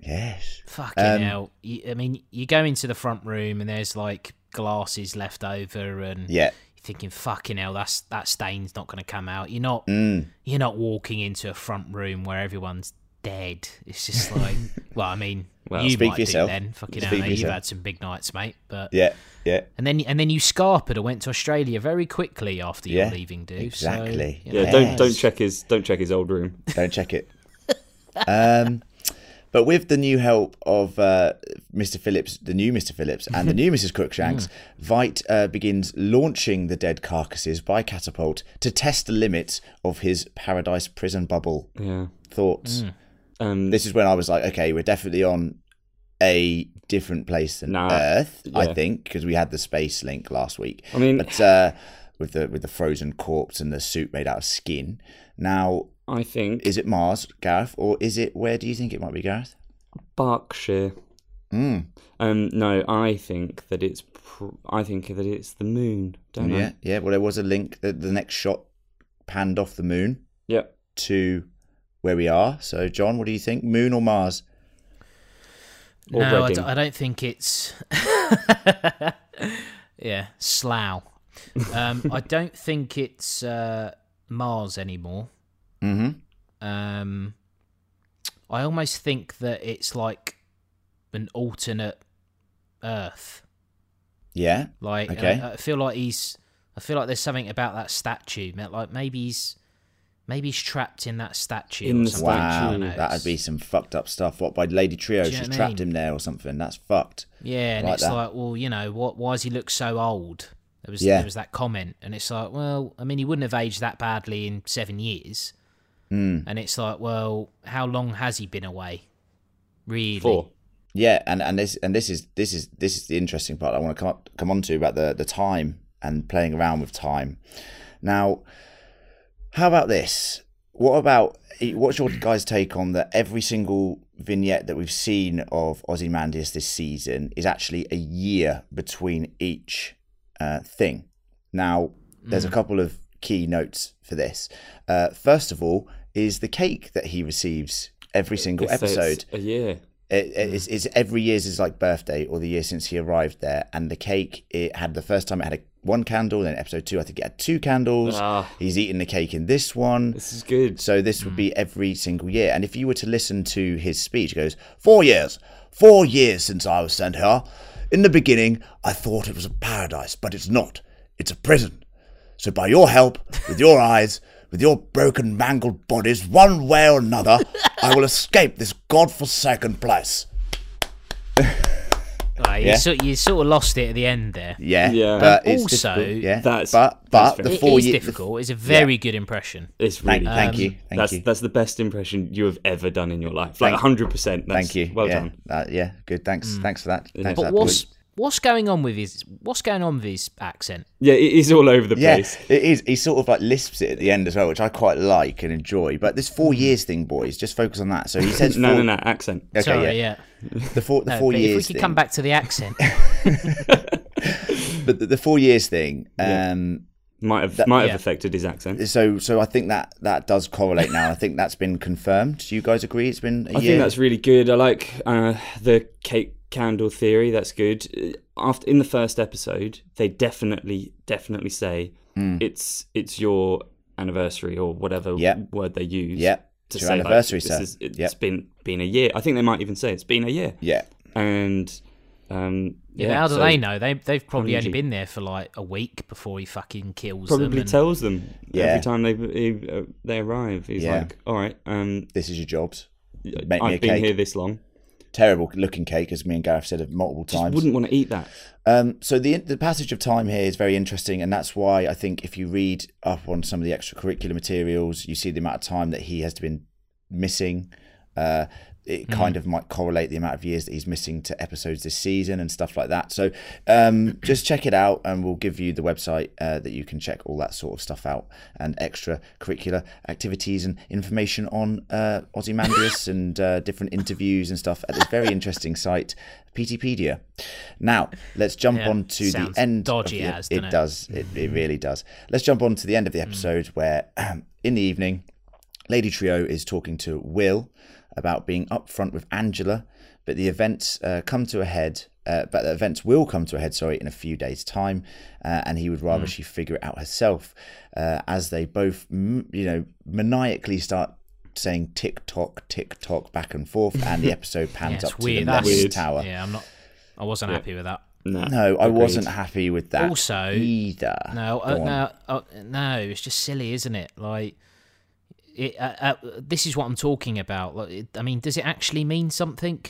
yes, Fucking Um, hell! You, I mean, you go into the front room and there's like glasses left over, and yeah. you're thinking, "Fucking hell, that's that stain's not going to come out." You're not, Mm. you're not walking into a front room where everyone's dead. It's just like, well, I mean, Well, you speak might for yourself. do then. Fucking Speak hell, for mate, you've yourself. had some big nights, mate. But Yeah, yeah, and then and then you scarpered and went to Australia very quickly after Yeah, you're leaving, dude. exactly. So, you Yeah, know, don't Yes. don't check his don't check his old room. Don't check it. Um, but with the new help of uh, Mr. Phillips, the new Mr. Phillips, and the new Mrs. Crookshanks, Mm. Vite uh, begins launching the dead carcasses by catapult to test the limits of his paradise prison bubble. Yeah. Thoughts? Um This is when I was like, okay, we're definitely on a different place than Nah, Earth, I yeah. think, because we had the space link last week. I mean- but uh, with the with the frozen corpse and the suit made out of skin. Now, I think is it Mars, Gareth, or is it where do you think it might be, Gareth? Berkshire. Mm. Um no, I think that it's pr- I think that it's the moon, don't Oh, Yeah, I? yeah. Well, there was a link. uh, The, the next shot panned off the moon Yeah. to where we are. So, John, what do you think? Moon or Mars? Or no, I, d- Reading. I don't think it's. yeah, Slough. Um, I don't think it's uh, Mars anymore. Mm-hmm. Um, I almost think that it's like an alternate Earth. Yeah. Like, and Okay. I, I feel like he's. I feel like there's something about that statue. ma- Like maybe he's, maybe he's trapped in that statue. In or the something. I Wow, don't know. that'd be some fucked up stuff. What by Lady Trio? Do you know She's what I trapped mean? him there or something. That's fucked. Yeah, and Like it's that. like, well, you know, what? Why does he look so old? There was Yeah. there was that comment, and it's like, well, I mean, he wouldn't have aged that badly in seven years. Hmm. Mm. And it's like, well, how long has he been away? Really? Four. Yeah, and, and this and this is this is this is the interesting part I want to come up, come on to about the the time and playing around with time. Now, How about this? What about eh, what's your guys' take on that? Every single vignette that we've seen of Ozymandias this season is actually a year between each uh, thing. Now, there's a couple of key notes for this. Uh, first of all, is the cake that he receives every single If it's episode. A year. It, it's, it's every year's is like birthday or the year since he arrived there. And the cake, it had the first time it had a, one candle, then episode two, I think it had two candles. Ah. He's eating the cake in this one. This is good. So this would Mm. be every single year. And if you were to listen to his speech, it goes, Four years, four years since I was sent here. In the beginning, I thought it was a paradise, but it's not. It's a prison. So by your help, with your eyes, with your broken, mangled bodies, one way or another, I will escape this godforsaken place. Like, you, sort, you sort of lost it at the end there. Yeah. Yeah. But But it's also, difficult, yeah. that's- but but that's the It four is years. difficult. It's a very good impression. It's Thank, really thank you. Thank that's you. that's the best impression you have ever done in your life. Like Thank- hundred percent. thank you. Well yeah. done. Mm. That- yeah. Good. Thanks. Thanks for that. Thanks for But that what's point. what's going on with his what's going on with his accent? Yeah, it is all over the Yeah, place. it is. He sort of like lisps it at the end as well, which I quite like and enjoy. But this four years thing, boys, just focus on that. So he says Mm. No, four, no, no. Accent. Okay, Sorry, yeah. yeah. The four, the No, four but years. if we could thing. come back to the accent, But the, the four years thing. Yeah. Um, Might have might have yeah. affected his accent. So, so I think that that does correlate now. I think that's been confirmed. Do you guys agree? It's been. a I year? think that's really good. I like uh, the cake candle theory. That's good. Uh, After in the first episode, they definitely definitely say Hmm. it's it's your anniversary or whatever Yep. word they use. Yep. To It's your say, anniversary, like, sir. This is, it's Yep. been been a year. I think they might even say it's been a year. Yeah. And um, you yeah, know, how do so they know? They they've probably only G. been there for like a week before he fucking kills them. Probably and- tells them Yeah. every time they he, uh, they arrive. He's Yeah. like, all right, um, This is your jobs. Make me a I've been cake. here this long. Terrible looking cake, as me and Gareth said multiple Just times. wouldn't want to eat that. Um, so the the passage of time here is very interesting, and that's why I think if you read up on some of the extracurricular materials, you see the amount of time that he has been missing. Uh, it kind of might correlate the amount of years that he's missing to episodes this season and stuff like that. So um, just check it out, and we'll give you the website uh, that you can check all that sort of stuff out and extracurricular activities and information on uh, Ozymandias and uh, different interviews and stuff at this very interesting site, PTpedia. Now let's jump Yeah, on to the sounds end. dodgy of the, as, doesn't it it? does. It, it really does. Let's jump on to the end of the Mm. episode where, in the evening, Lady Trio is talking to Will about being upfront with Angela, but the events uh, come to a head. Uh, but the events will come to a head, sorry, in a few days' time, uh, and he would Mm. rather she figure it out herself. Uh, as they both, m- you know, maniacally start saying tick tock, tick tock, back and forth, and the episode Yeah, pans it's up to weird. the That's next Weird. tower. Yeah, I'm not. I wasn't happy with that. No, No, I Agreed. wasn't happy with that. Also- either. No, Go uh, on. no, uh, no. It's just silly, isn't it? Like, it, uh, uh, this is what I'm talking about. Like, it, I mean, does it actually mean something?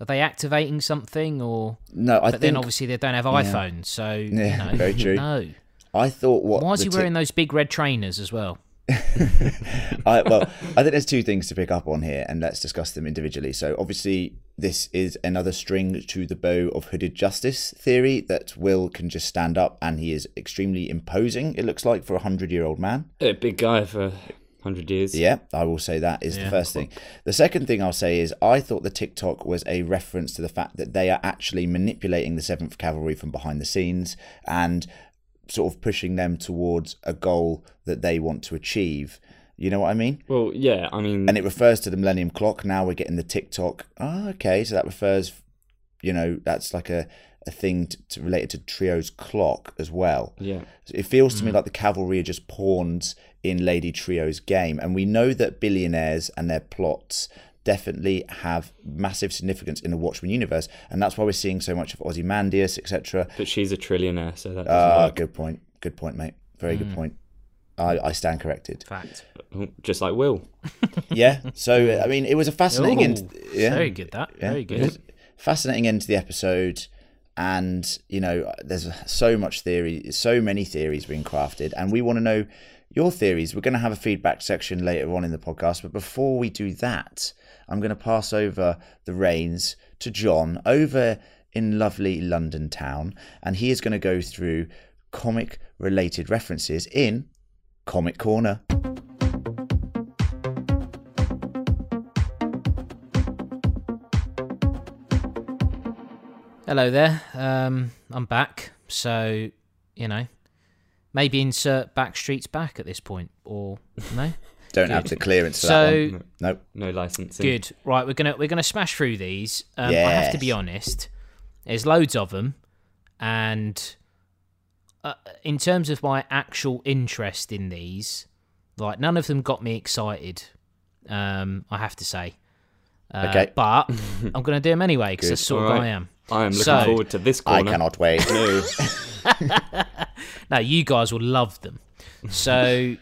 Are they activating something, or? no. I but think then obviously they don't have iPhones, so Yeah, no, very true. No, I thought what why is the he tick- wearing those big red trainers as well? I, well, I think there's two things to pick up on here, and let's discuss them individually. So, obviously, this is another string to the bow of hooded justice theory that Will can just stand up, and he is extremely imposing. It looks like for a hundred-year-old man. A big guy for hundred years. Yeah, I will say that is the first thing. The second thing I'll say is I thought the TikTok was a reference to the fact that they are actually manipulating the Seventh Cavalry from behind the scenes and sort of pushing them towards a goal that they want to achieve. You know what I mean? Well, yeah. I mean, And it refers to the Millennium Clock. Now we're getting the TikTok. Ah, okay, so that refers, you know, that's like a a thing to, to related to Trio's clock as well. yeah, Mm. It feels to me like the cavalry are just pawns in Lady Trio's game. And we know that billionaires and their plots definitely have massive significance in the Watchmen universe. And that's why we're seeing so much of Ozymandias, etc. but she's a trillionaire, so that doesn't Ah, work. Mm. good point. Good point, mate. Very good point. I, I stand corrected. Fact. Oh, Just like Will. Yeah. So, I mean, it was a fascinating end. Ooh, Yeah. Very good. That. Very good. fascinating end to the episode and you know there's so much theory so many theories being crafted and we want to know your theories we're going to have a feedback section later on in the podcast but before we do that i'm going to pass over the reins to john over in lovely london town and he is going to go through comic related references in comic corner Hello there. Um, I'm back. So, you know, maybe insert Backstreet's back at this point, or no? Don't have the clearance for that so one. Nope. No licensing. good. Right, we're gonna we're gonna smash through these. Um, I have to be Yes. honest. There's loads of them, and uh, in terms of my actual interest in these, like none of them got me excited. Um, I have to say. Uh, Okay. But I'm gonna do them anyway because that's sort of All who I right. am. I am looking So- forward to this I corner. cannot wait. No. Now you guys will love them. So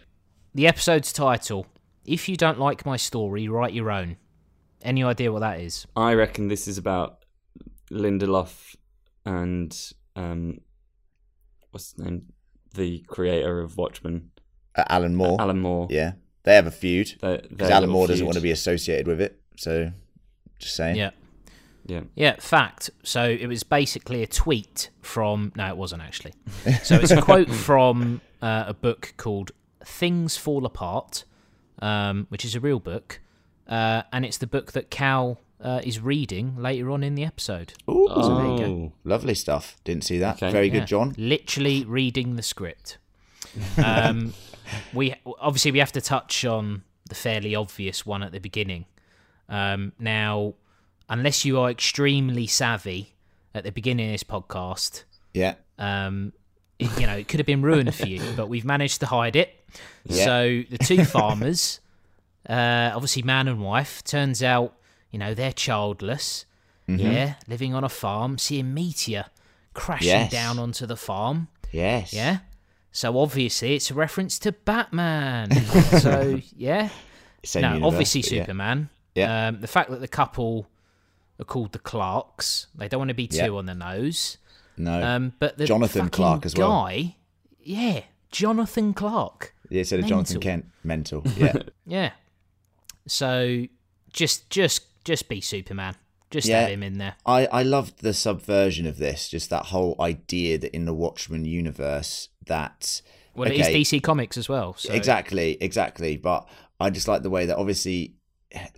the episode's title: "If you don't like my story, write your own." Any idea what that is? I reckon this is about Lindelof and um, what's his name? The creator of Watchmen, Uh, Alan Moore. Alan Moore. Yeah. They have a feud Their- because their Alan little Moore doesn't feud. want to be associated with it. So, just saying. Yeah. Yeah. Yeah, fact. So it was basically a tweet from. No, it wasn't actually. So it's a quote from uh, a book called Things Fall Apart, um, which is a real book. Uh, and it's the book that Cal uh, is reading later on in the episode. Ooh, you Oh, lovely stuff. Didn't see that. Okay. Very Yeah. good, John. Literally reading the script. Um, we obviously we have to touch on the fairly obvious one at the beginning. Um, now, unless you are extremely savvy at the beginning of this podcast, Yeah. um, it, you know, it could have been ruined for you, but we've managed to hide it. Yeah. So the two farmers, uh, obviously man and wife, turns out, you know, they're childless. Mm-hmm. Yeah, living on a farm, seeing meteor crashing Yes. down onto the farm. Yes. Yeah. So obviously it's a reference to Batman. so yeah, Same no, universe, obviously but yeah. Superman. Yeah. Um, the fact that the couple are called the Clarks, they don't want to be too Yeah. on the nose. No. Um, but the Jonathan fucking Clarke as well. Guy, yeah, Jonathan Clark. yeah, instead of Jonathan mental. Kent. Mental. Yeah. Yeah. So just just just be Superman. Just Yeah. have him in there. I, I loved the subversion of this, just that whole idea that in the Watchmen universe that Well, okay, it is DC Comics as well. So. Exactly, exactly. But I just like the way that obviously,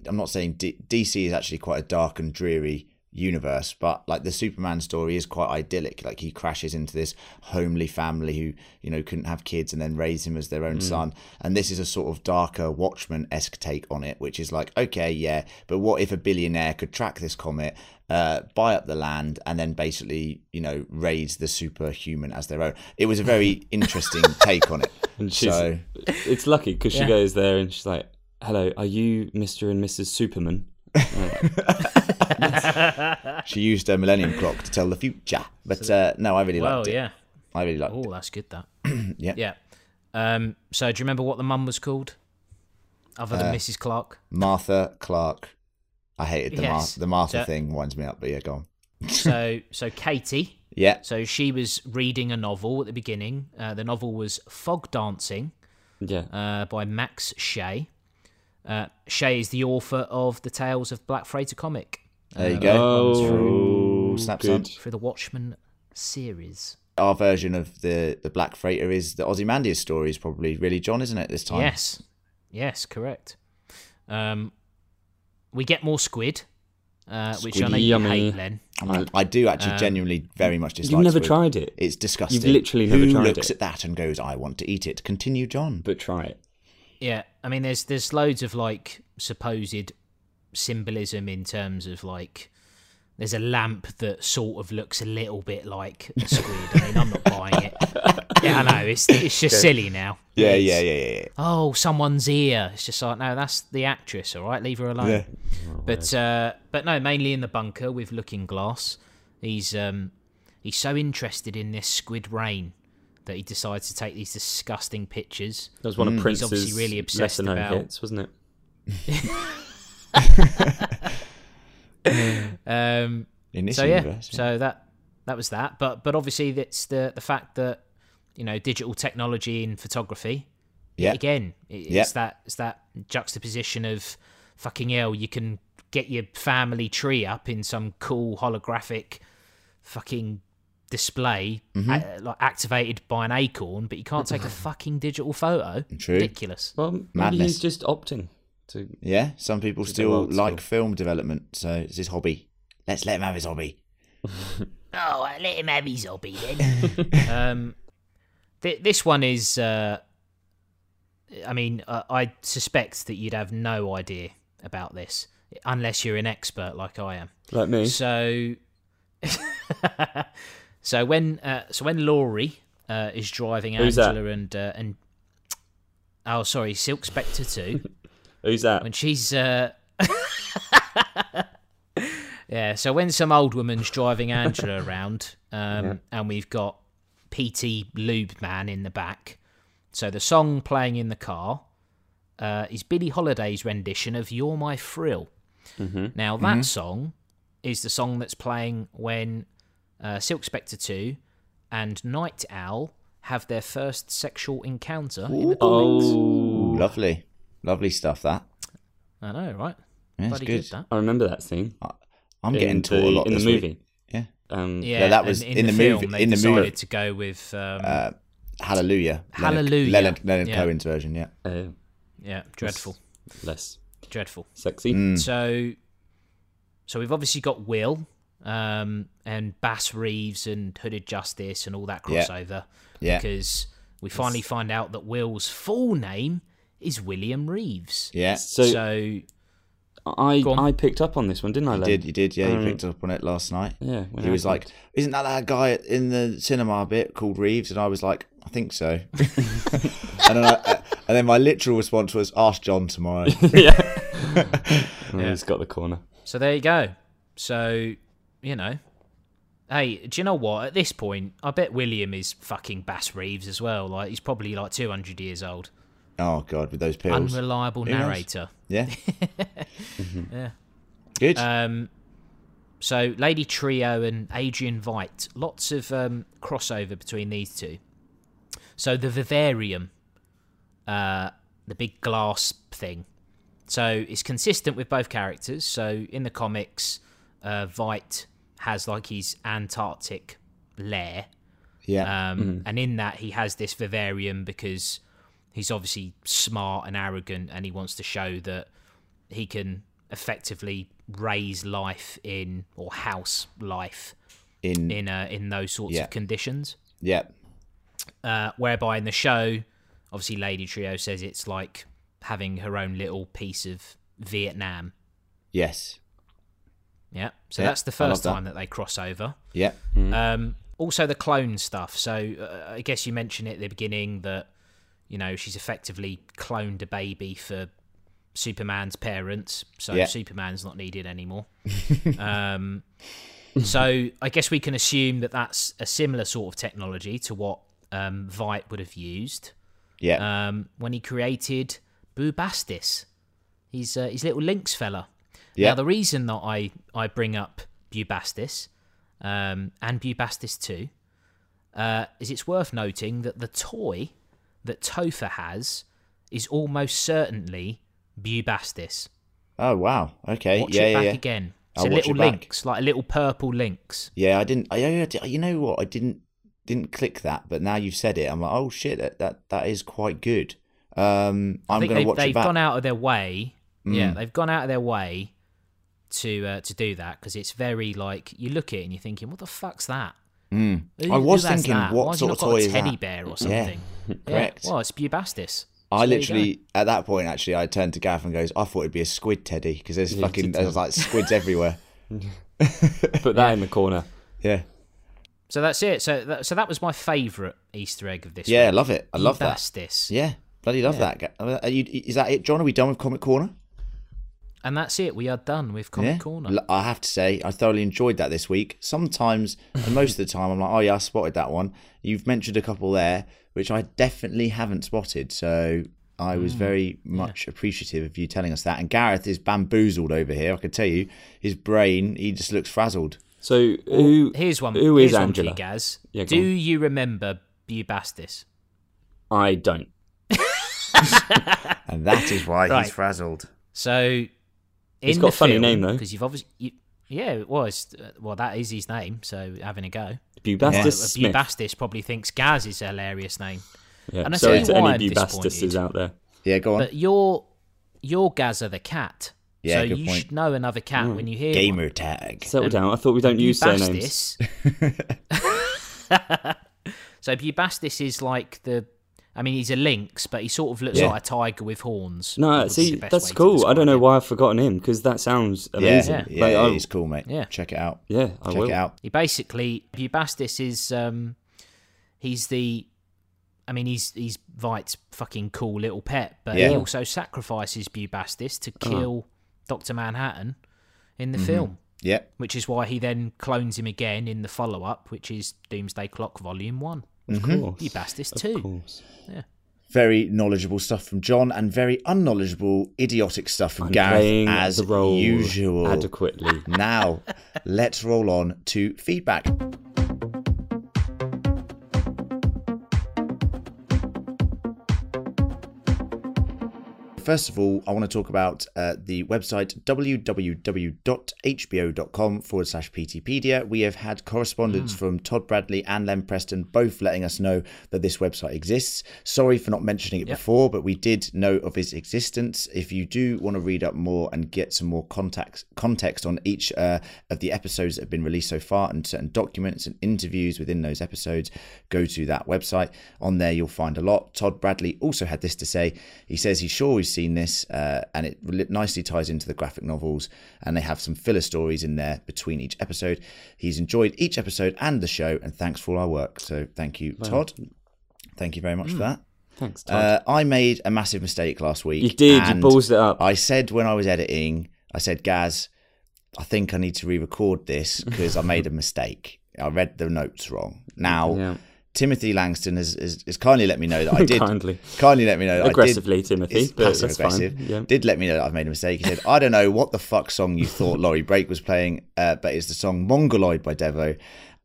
I'm not saying D- DC is actually quite a dark and dreary universe, but like the Superman story is quite idyllic. Like he crashes into this homely family who, you know, couldn't have kids and then raise him as their own son. And this is a sort of darker Watchmen esque take on it, which is like, okay, yeah, but what if a billionaire could track this comet? Uh, buy up the land and then basically, you know, raise the superhuman as their own. It was a very interesting take on it. and she's, So- it's lucky because she goes there and she's like, "Hello, are you Mr. and Mrs. Superman?" She used a millennium clock to tell the future. But uh, no, I really Well, liked it. yeah. I really liked it. Oh, that's good. That. Yeah. Yeah. Um, so do you remember what the mum was called? Other than Mrs. Clark. Martha Clark. I hated the, Yes. Mar- the Martha Yeah. thing. Winds me up, but yeah, go on. So so Katie. Yeah. So she was reading a novel at the beginning. Uh, the novel was Fog Dancing. Yeah, uh, by Max Shea. Uh, Shea is the author of the Tales of Black Freighter comic There you go. Oh, Snap, good. snap. through the Watchmen series. Our version of the, the Black Freighter is the Ozymandias story is probably really John, isn't it, this time? Yes, yes, correct. Um, we get more squid, uh, which I know Squid, you yummy. hate, Len. I, I do Um, actually genuinely very much dislike You've never squid. tried it, It's disgusting. literally never Who tried looks it. at that and goes, I want to eat it? Continue, John. but try it. Yeah, I mean, there's there's loads of like supposed symbolism in terms of like there's a lamp that sort of looks a little bit like a squid. I mean, I'm not buying it. Yeah, I know it's it's just silly now. yeah, It's- yeah, yeah, yeah, yeah. oh, someone's ear. It's just like, no, that's the actress, all right, leave her alone. Yeah. But uh, but no, mainly in the bunker with Looking Glass. He's um he's so interested in this squid rain that he decides to take these disgusting pictures. That was one Mm. of Prince's obviously really obsessed lesser known about- hits, wasn't it? Um In this so yeah, universe. yeah. so that that was that. But but obviously that's the the fact that you know digital technology in photography yeah. again it, it's Yeah. that it's that juxtaposition of fucking hell you can get your family tree up in some cool holographic fucking display Mm-hmm. a- like activated by an acorn but you can't take a fucking digital photo True. ridiculous Well, maybe Madness. he's just opting to Yeah, some people go still old like school. film development, so it's his hobby. Let's let him have his hobby. Oh, I let him have his hobby then. um, th- this one is. Uh, I mean, uh, I suspect that you'd have no idea about this unless you're an expert like I am. Like me. So, so when uh, so when Laurie uh, is driving Who's that? Angela and uh, and oh sorry Silk Spectre too Who's that? when she's uh, yeah so when some old woman's driving Angela around um, and we've got PT Lube Man in the back so the song playing in the car uh, is Billie Holiday's rendition of "You're My Frill." Now that song is the song that's playing when uh, Silk Spectre Two and Night Owl have their first sexual encounter in the comics. Oh, Lovely, lovely stuff. That I know, right? Yeah, it's Bloody good. good. that. I remember that scene. I'm in getting taught the, a lot in the this movie. Week. Yeah, Um, Yeah, that and was in, in the, the film, movie- They in the decided movie. Uh, to go with um, Hallelujah. Hallelujah. Leonard, Leonard, Leonard Yeah. Cohen's version. Yeah, uh, yeah, dreadful, less dreadful. sexy. Mm. Hmm. So, so we've obviously got Will um, and Bass Reeves and Hooded Justice and all that Yeah. crossover Yeah. because we finally find out that Will's full name is William Reeves. yeah. So, So I go on. I picked up on this one, didn't I? You Len? did you did yeah? Um, you picked up on it last night. Yeah, when he I was like, picked- "Isn't that that guy in the cinema bit called Reeves?" And I was like, "I think so." and then I, and then my literal response was, "Ask John tomorrow." yeah. Oh, He's got the corner. So there you go. So, you know. Hey, do you know what? At this point, I bet William is fucking Bass Reeves as well. Like he's probably like 200 years old. oh God, with those pills. Unreliable knows? narrator. Yeah. Mm-hmm. Good. Uh, Um so Lady Trio and Adrian Veidt, lots of um crossover between these two. So the vivarium uh the big glass thing. So it's consistent with both characters. So in the comics, uh Veidt has like his Antarctic lair uh, yeah. um, and in that he has this vivarium because he's obviously smart and arrogant and he wants to show that he can effectively raise life in or house life in in uh, in those sorts Yeah. of conditions yeah. uh, whereby in the show obviously lady trio says it's like having her own little piece of vietnam Yes. yeah so Yeah, that's the I love first that. time that they cross over Yeah. Um, also the clone stuff. So uh, I guess you mentioned it at the beginning that you know she's effectively cloned a baby for Superman's parents, so Yeah. Superman's not needed anymore. um, so I guess we can assume that that's a similar sort of technology to what um, Vite would have used Yeah. um, when he created Bubastis. He's uh, his little Lynx fella. Yeah. Now the reason that I I bring up Bubastis um, and Bubastis too uh, is it's worth noting that the toy that Topher has is almost certainly Bubastis. oh wow. Okay. Watch yeah. it yeah. back yeah. again. It's I'll a watch little it back. lynx, like a little purple lynx. Yeah, I didn't. I, I I- you know what? I didn't didn't click that, but now you've said it, I'm like, oh shit, that that, that is quite good. Um, I I'm think gonna they've, watch they've it back. Mm. gone out of their way. Yeah, they've gone out of their way to uh, to do that because it's very like you look at it and you're thinking, what the fuck's that? Who- Mm. I was who has thinking, that? what Why has sort he of not toy got a is teddy that? bear Yeah, or something? correct. Well, it's Bubastis. I So there you go. literally at that point actually, I turned to Gav and goes, I thought it'd be a squid teddy because there's fucking there's like squids everywhere. Put that in the corner. Yeah, So that's it. So that, so that was my favourite Easter egg of this. yeah, I week. love it. I love that. Bubastis. Yeah, bloody love that. Ga- uh, Are you, is that it, John? Are we done with Comic Corner? And that's it. We are done with Comic Corner. L- I have to say, I thoroughly enjoyed that this week. Sometimes, and most of the time, I'm like, oh yeah, I spotted that one. You've mentioned a couple there, which I definitely haven't spotted. So I was very much appreciative of you telling us that. And Gareth is bamboozled over here. I can tell you, his brain, he just looks frazzled. So who Here's one. Who here's is one for you, Angela? Gaz? Yeah, go Do on. you remember Bubastis? I don't. And that is why Right. he's frazzled. So He's in got the a funny film, name, though. because you've obviously you, yeah, it was uh, well that is his name. So having a go, Bubastis Yeah. Smith. Bubastis probably thinks Gaz is a hilarious name. Yeah. And I Sorry tell you to why any I'm Bubastises disappointed. out there. Yeah, go on. But your your Gaza the cat Yeah, so good you point. should know another cat when you hear one. Gamer tag. Settle down. I thought we don't Mm. use surnames. Bubastis. so Bubastis is like the. I mean, he's a lynx, but he sort of looks Yeah. like a tiger with horns. No, Probably see, the best way that's to cool. I describe don't know it. why I've forgotten him because that sounds amazing. Yeah, Like, yeah, I- it's cool, mate. Yeah. check it out. yeah, I check will. it out. He basically Bubastis is um he's the I mean he's he's Vite's fucking cool little pet, but Yeah. Uh-huh. he also sacrifices Bubastis to kill Doctor Manhattan in the Mm-hmm. film. Yep. Which is why he then clones him again in the follow up, which is Doomsday Clock Volume One. Of Mm-hmm. course. Bubastis Of too. course. Very knowledgeable stuff from John, and very unknowledgeable, idiotic stuff from I'm Gareth playing as the role usual. adequately. now, let's roll on to feedback. First of all, I want to talk about uh, the website www.hbo.com forward slash PTpedia. We have had correspondence from Todd Bradley and Len Preston both letting us know that this website exists. Sorry for not mentioning it before, but we did know of its existence. If you do want to read up more and get some more context, context on each uh, of the episodes that have been released so far and certain documents and interviews within those episodes, go to that website. On there, you'll find a lot. Todd Bradley also had this to say. He says he's sure he's seen this, uh, and it rel- nicely ties into the graphic novels. And they have some filler stories in there between each episode. He's enjoyed each episode and the show, and thanks for all our work. So thank you, Todd. Thank you very much for that. Thanks, Todd. Uh, I made a massive mistake last week. you did. You and balls it up. I said when I was editing, I said, Gaz, I think I need to re-record this because I made a mistake. I read the notes wrong. Now, Yeah. Timothy Langston has, has, has kindly let me know that I did. Kindly. Kindly let me know. that I did- Aggressively, Timothy, It's but passive that's aggressive. fine. Yeah. Did let me know that I've made a mistake. He said, I don't know what the fuck song you thought Laurie Brake was playing, uh, but it's the song Mongoloid by Devo.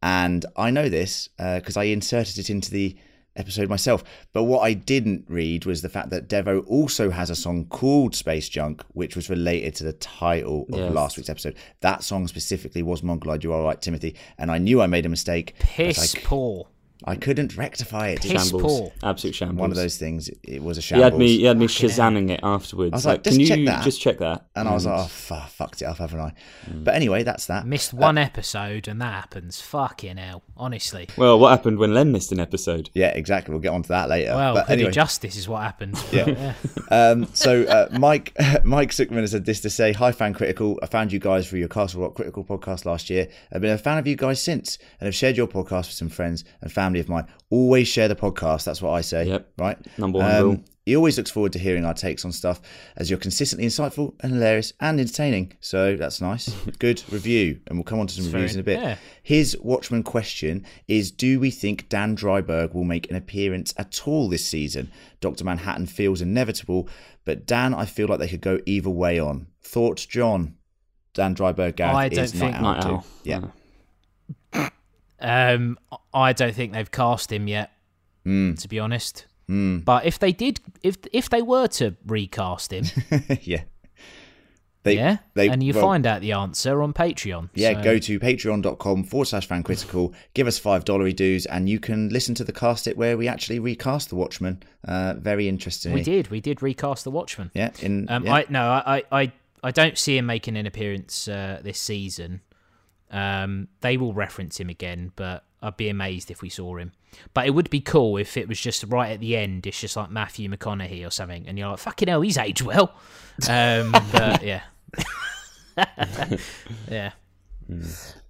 And I know this because I inserted it into the episode myself. But what I didn't read was the fact that Devo also has a song called Space Junk, which was related to the title of Yes. last week's episode. That song specifically was Mongoloid. You are right, Timothy. And I knew I made a mistake. but Piss I, c- poor. I couldn't rectify it. Piss Shambles. poor. Absolute shambles. One of those things. It was a He shambles. had me. He had me shazamming it afterwards. I was like, can "Just check you that." just check that? And I was like, oh, fu- fucked it up, haven't I? Mm. But anyway, that's that. Missed one episode and that happens. Fucking hell. Honestly. Well, what happened when Len missed an episode? Yeah, exactly. We'll get onto that later. Well, but could anyway, be justice is what happened. yeah. um, so uh, Mike Mike Zuckerman has said this to say, "Hi, fan critical. I found you guys through your Castle Rock Critical podcast last year. I've been a fan of you guys since, and have shared your podcast with some friends and family of mine. Always share the podcast. That's what I say. Yep. Right. Number one rule. Um, He always looks forward to hearing our takes on stuff, as you're consistently insightful and hilarious and entertaining. So that's nice. Good review, and we'll come on to some reviews in a bit. yeah. His Watchman question is Do we think Dan Dryberg will make an appearance at all this season? Dr. Manhattan feels inevitable, but Dan, I feel like they could go either way on. Thoughts, John? Dan Dryberg, Gareth I don't is not think- out. Night too. Yeah. owl. Um, I don't think they've cast him yet. Hmm. To be honest, but if they did, if if they were to recast him, yeah. They, yeah, they- and you well, find out the answer on Patreon. Yeah, so- go to patreon.com forward slash fancritical, give us five dollar dues, and you can listen to the cast it where we actually recast the Watchmen. Uh, very interesting. We did, we did recast the Watchman. Yeah, in Um, yeah. I no, I, I, I, I don't see him making an appearance uh, this season. Um, they will reference him again, but I'd be amazed if we saw him. But it would be cool if it was just right at the end. It's just like Matthew McConaughey or something, and you're like, "Fucking hell, he's aged well." Um, but yeah, yeah.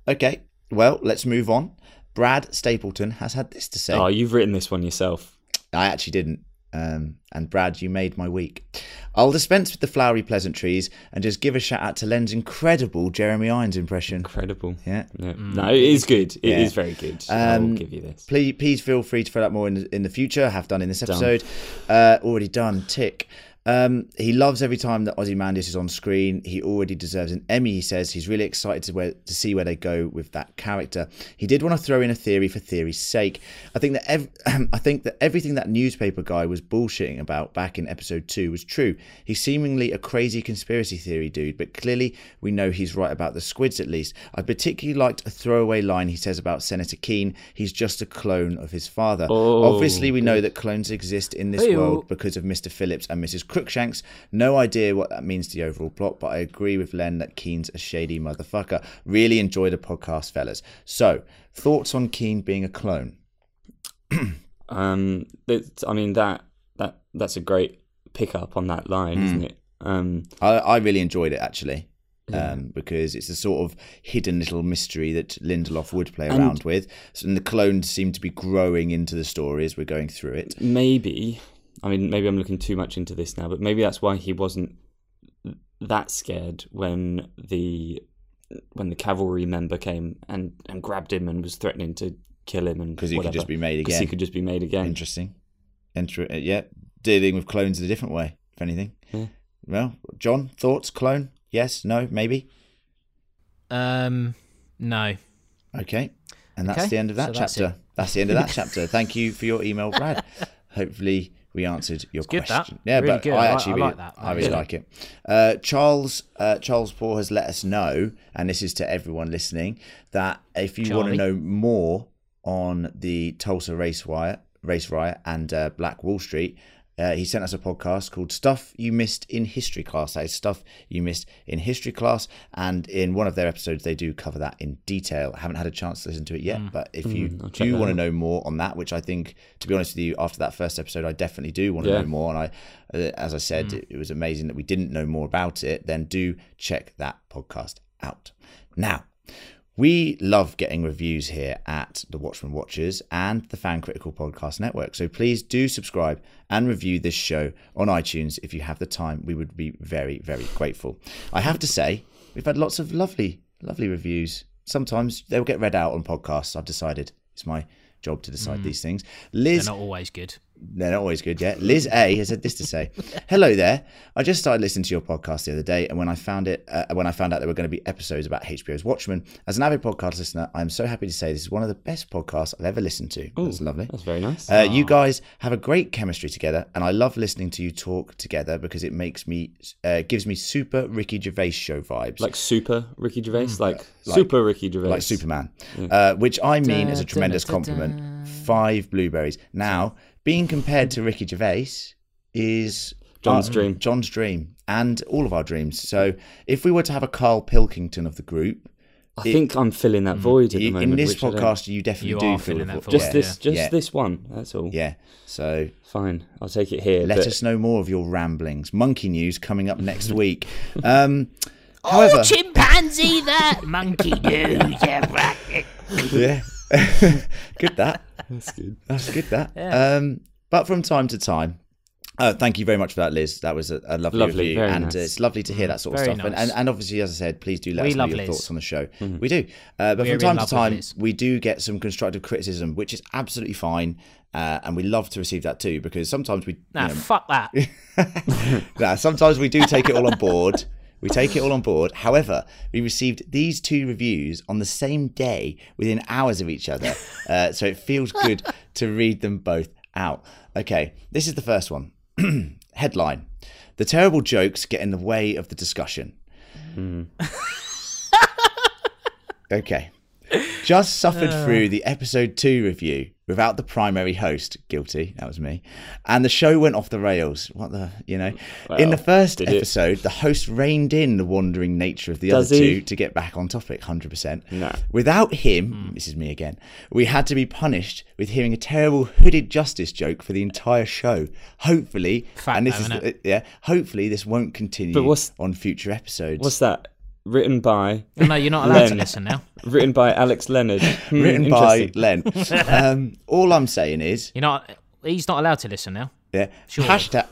Okay, well, let's move on. Brad Stapleton has had this to say. Oh, you've written this one yourself. I actually didn't. Um, and Brad, you made my week. I'll dispense with the flowery pleasantries and just give a shout out to Len's incredible Jeremy Irons impression. Incredible. Yeah. Mm. No, no, it is good. It is Yeah. Um, very good. I will give you this. Please, please feel free to fill out more in the, in the future. Have done in this episode. Uh, already done. Tick. Um, he loves every time that Ozymandias is on screen. He already deserves an Emmy. He says he's really excited to where to see where they go with that character. He did want to throw in a theory for theory's sake. I think that ev- I think that everything that newspaper guy was bullshitting about back in episode two was true. He's seemingly a crazy conspiracy theory dude, but clearly we know he's right about the squids at least. I particularly liked a throwaway line he says about Senator Keene. He's just a clone of his father. Oh. Obviously, we know that clones exist in this Hey-o. world because of Mr. Phillips and Mrs. Crookshanks. No idea what that means to the overall plot, but I agree with Len that Keen's a shady motherfucker. Really enjoy the podcast, fellas. So, thoughts on Keen being a clone? Um, that I mean that that that's a great pickup on that line, isn't Hmm. it? Um, I, I really enjoyed it actually. Um, because it's a sort of hidden little mystery that Lindelof would play around with, so, and the clones seem to be growing into the story as we're going through it. maybe I mean maybe I'm looking too much into this now, but maybe that's why he wasn't that scared when the when the cavalry member came and and grabbed him and was threatening to kill him and 'Cause he could whatever. just be made 'Cause he again. could just be made again. Interesting. Inter- uh, yeah, dealing with clones in a different way, if anything. Hmm. Well, John, thoughts? Clone? Yes? No? Maybe? Um, no. Okay. And that's Okay, the end of that so that's chapter. That's, the end of that chapter. Thank you for your email, Brad. Hopefully, we answered your good, that. question. Yeah, Really but good. I I- actually I really, like that. I I really really like it. Uh, Charles uh, Charles Paul has let us know, and this is to everyone listening, that if you want to Charlie. know more on the Tulsa race riot, race riot, and uh, Black Wall Street. Uh, he sent us a podcast called "Stuff You Missed in History Class." That is stuff you missed in history class, and in one of their episodes, they do cover that in detail. I haven't had a chance to listen to it yet, but if you Hmm. check do that want to out. know more on that, which I think, to be honest with you, after that first episode, I definitely do want to Yeah. know more. And I, uh, as I said, Mm. it, it was amazing that we didn't know more about it. Then do check that podcast out. Now, we love getting reviews here at the Watchmen Watchers and the Fan Critical Podcast Network. So please do subscribe and review this show on iTunes if you have the time. We would be very, very grateful. I have to say, we've had lots of lovely, lovely reviews. Sometimes they'll get read out on podcasts. I've decided it's my job to decide these things. Mm. They're Liz not always good. they're not always good yet. Liz A has had this to say: "Hello there. I just started listening to your podcast the other day, and when I found it, uh, when I found out there were going to be episodes about HBO's Watchmen, as an avid podcast listener, I am so happy to say this is one of the best podcasts I've ever listened to. That's lovely. That's very nice. Uh, you guys have a great chemistry together, and I love listening to you talk together because it makes me uh, gives me super Ricky Gervais show vibes, like super Ricky Gervais, like, super Ricky Gervais, Hmm. like Superman, Mm. uh, which I mean is a tremendous compliment. Five blueberries. Now, being compared to Ricky Gervais is John's uh, dream. John's dream, and all of our dreams. So, if we were to have a Carl Pilkington of the group, I think I'm filling that void at the you- moment. Hmm. in this which I don't- podcast, you definitely You do are feel feeling the that vo- void, just yeah, this, just yeah, this one. That's all. Yeah. So Fine, I'll take it here. let but- us know more of your ramblings. Monkey news coming up next week. Um, however, oh, chimpanzee there, monkey dude. Yeah, right. yeah, good that. That's good. That's good. That. Um, but from time to time. Uh, thank you very much for that, Liz. That was a, a lovely, Lovely, review, very and nice. uh, it's lovely to hear that sort of Very stuff. And, nice. and and obviously, as I said, please do let We us know love your Liz. thoughts on the show. Mm-hmm. We do, uh, but from We're time in to love with time, Liz. we do get some constructive criticism, which is absolutely fine, uh, and we love to receive that too because sometimes we, you Nah, know, fuck that. Nah, sometimes we do take it all on board. We take it all on board. However, we received these two reviews on the same day within hours of each other. Uh, so it feels good to read them both out. Okay, this is the first one. Headline The terrible jokes get in the way of the discussion. okay. Just suffered Uh. through the episode two review without the primary host. Guilty, that was me. And the show went off the rails. What the, you know? in the first it? episode, the host reined in the wandering nature of the Does other he? two to get back on topic, 100%. No. Hmm. Without him, this is me again, we had to be punished with hearing a terrible hooded justice joke for the entire show. Hopefully, Fact and this though, is, innit? yeah, hopefully this won't continue But what's- on future episodes. What's that? Written by No, you're not allowed to Len. listen now. written by Alex Leonard. Hmm, written by interesting. Len. um, all I'm saying is, You're not. He's not allowed to listen now. yeah, hashtag,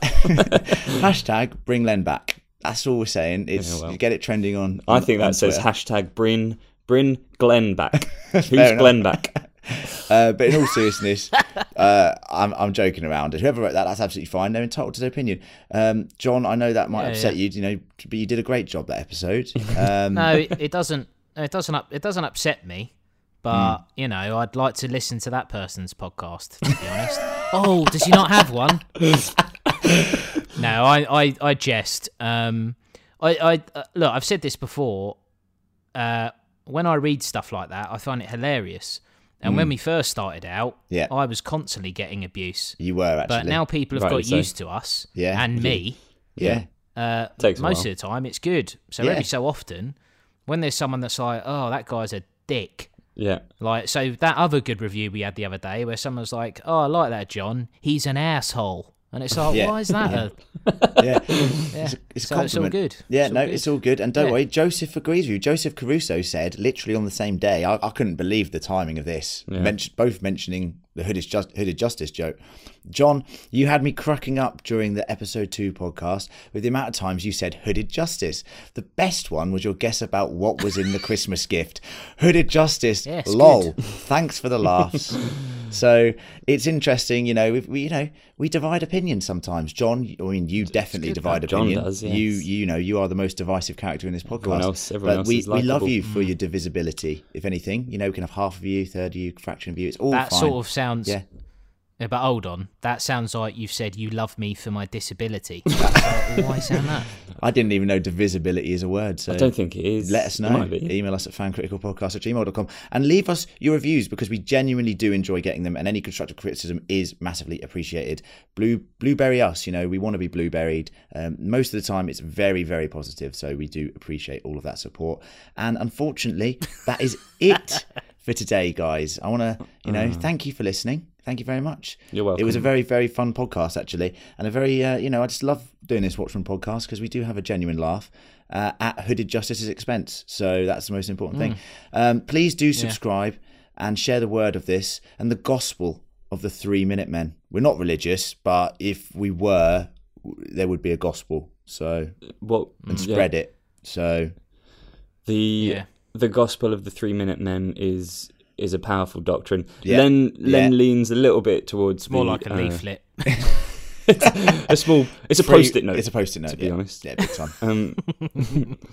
hashtag bring Len back. That's all we're saying. It's well. you get it trending on. I think on that says Twitter. hashtag Bryn Bryn Glenn back. Who's enough. Glenn back? Uh, but in all seriousness, uh, I'm, I'm joking around. Whoever wrote that, that's absolutely fine. They're entitled to their opinion. Um, John, I know that might Yeah, upset you, yeah. you know, but you did a great job that episode. Um, No, it, it doesn't. It doesn't. Up, it doesn't upset me. But you know, I'd like to listen to that person's podcast. To be honest. oh, does he not have one? no, I, I, I jest. Um, I, I uh, look. I've said this before. Uh, when I read stuff like that, I find it hilarious. And when we first started out, Yeah. I was constantly getting abuse. You were actually. But now people have Rightly got so. used to us Yeah. and me, Yeah. Uh, Takes a most of while. the time, it's good. So Yeah. every so often, when there's someone that's like, "Oh, that guy's a dick," Yeah. like so that other good review we had the other day where someone was like, "Oh, I like that John. He's an asshole," and it's like, Yeah. "Why is that?" A, Yeah. yeah. It's, a- it's a so compliment. it's all good. Yeah, It's all no, good. it's all good. And don't Yeah. worry, Joseph agrees with you. Joseph Caruso said literally on the same day, I, I couldn't believe the timing of this. Yeah. Mention, both mentioning the Hooded, Just, Hooded Justice joke. John, you had me cracking up during the episode two podcast with the amount of times you said Hooded Justice. The best one was your guess about what was in the Christmas gift. Hooded Justice, Yes, lol. Thanks for the laughs. So it's interesting, you know. We've, we, you know, we divide opinions sometimes. John, I mean, you definitely good divide that John opinion. does, You, yes. you know, you are the most divisive character in this podcast. else- everyone but else we, is Mm. we love likeable. you for your divisibility. If anything, you know, we can have half of you, third of you, fraction of you. It's all that fine. sort of sounds. Yeah. Yeah, But hold on, that sounds like you've said you love me for my disability. Like, Why sound that? I didn't even know divisibility is a word. So I don't think it is. let us It know. might be. Email us at fancriticalpodcast at gmail.com and leave us your reviews because we genuinely do enjoy getting them and any constructive criticism is massively appreciated. Blue Blueberry us, you know, we want to be blueberried. Um, most of the time it's very, very positive. So we do appreciate all of that support. And unfortunately, that is it for today, guys. I want to, you know, thank you for listening. Thank you very much. Ah. You're welcome. It was a very, very fun podcast actually, and a very, uh, you know, I just love doing this Watchmen podcast because we do have a genuine laugh uh, at Hooded Justice's expense. So that's the most important Mm. thing. Um, please do subscribe and share the word of this and the gospel of the Three Minute Men. We're not religious, but if we were, w- there would be a gospel. So What and spread it. So The Yeah. the gospel of the three minute men is is a powerful doctrine. Yeah. Len Len Yeah. leans a little bit towards More the, like a uh, leaflet. a small. It's a Three- post it note. It's a post-it note. To be honest. yeah, big time. um,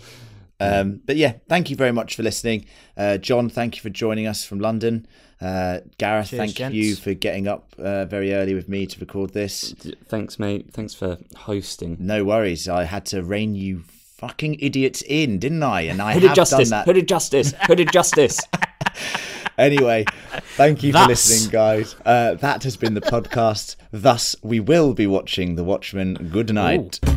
Um, but yeah, thank you very much for listening. Uh, John, thank you for joining us from London. Uh, Gareth, Cheers, thank gents. you for getting up uh, very early with me to record this. thanks, mate. Thanks for hosting. No worries, I had to rein you fucking idiots in, didn't I? And I Hooded have justice. done that. Hooded justice. Hooded justice. anyway, thank you for Thus. listening, guys. Uh, that has been the podcast. Thus, we will be watching The Watchmen. Good night. Ooh.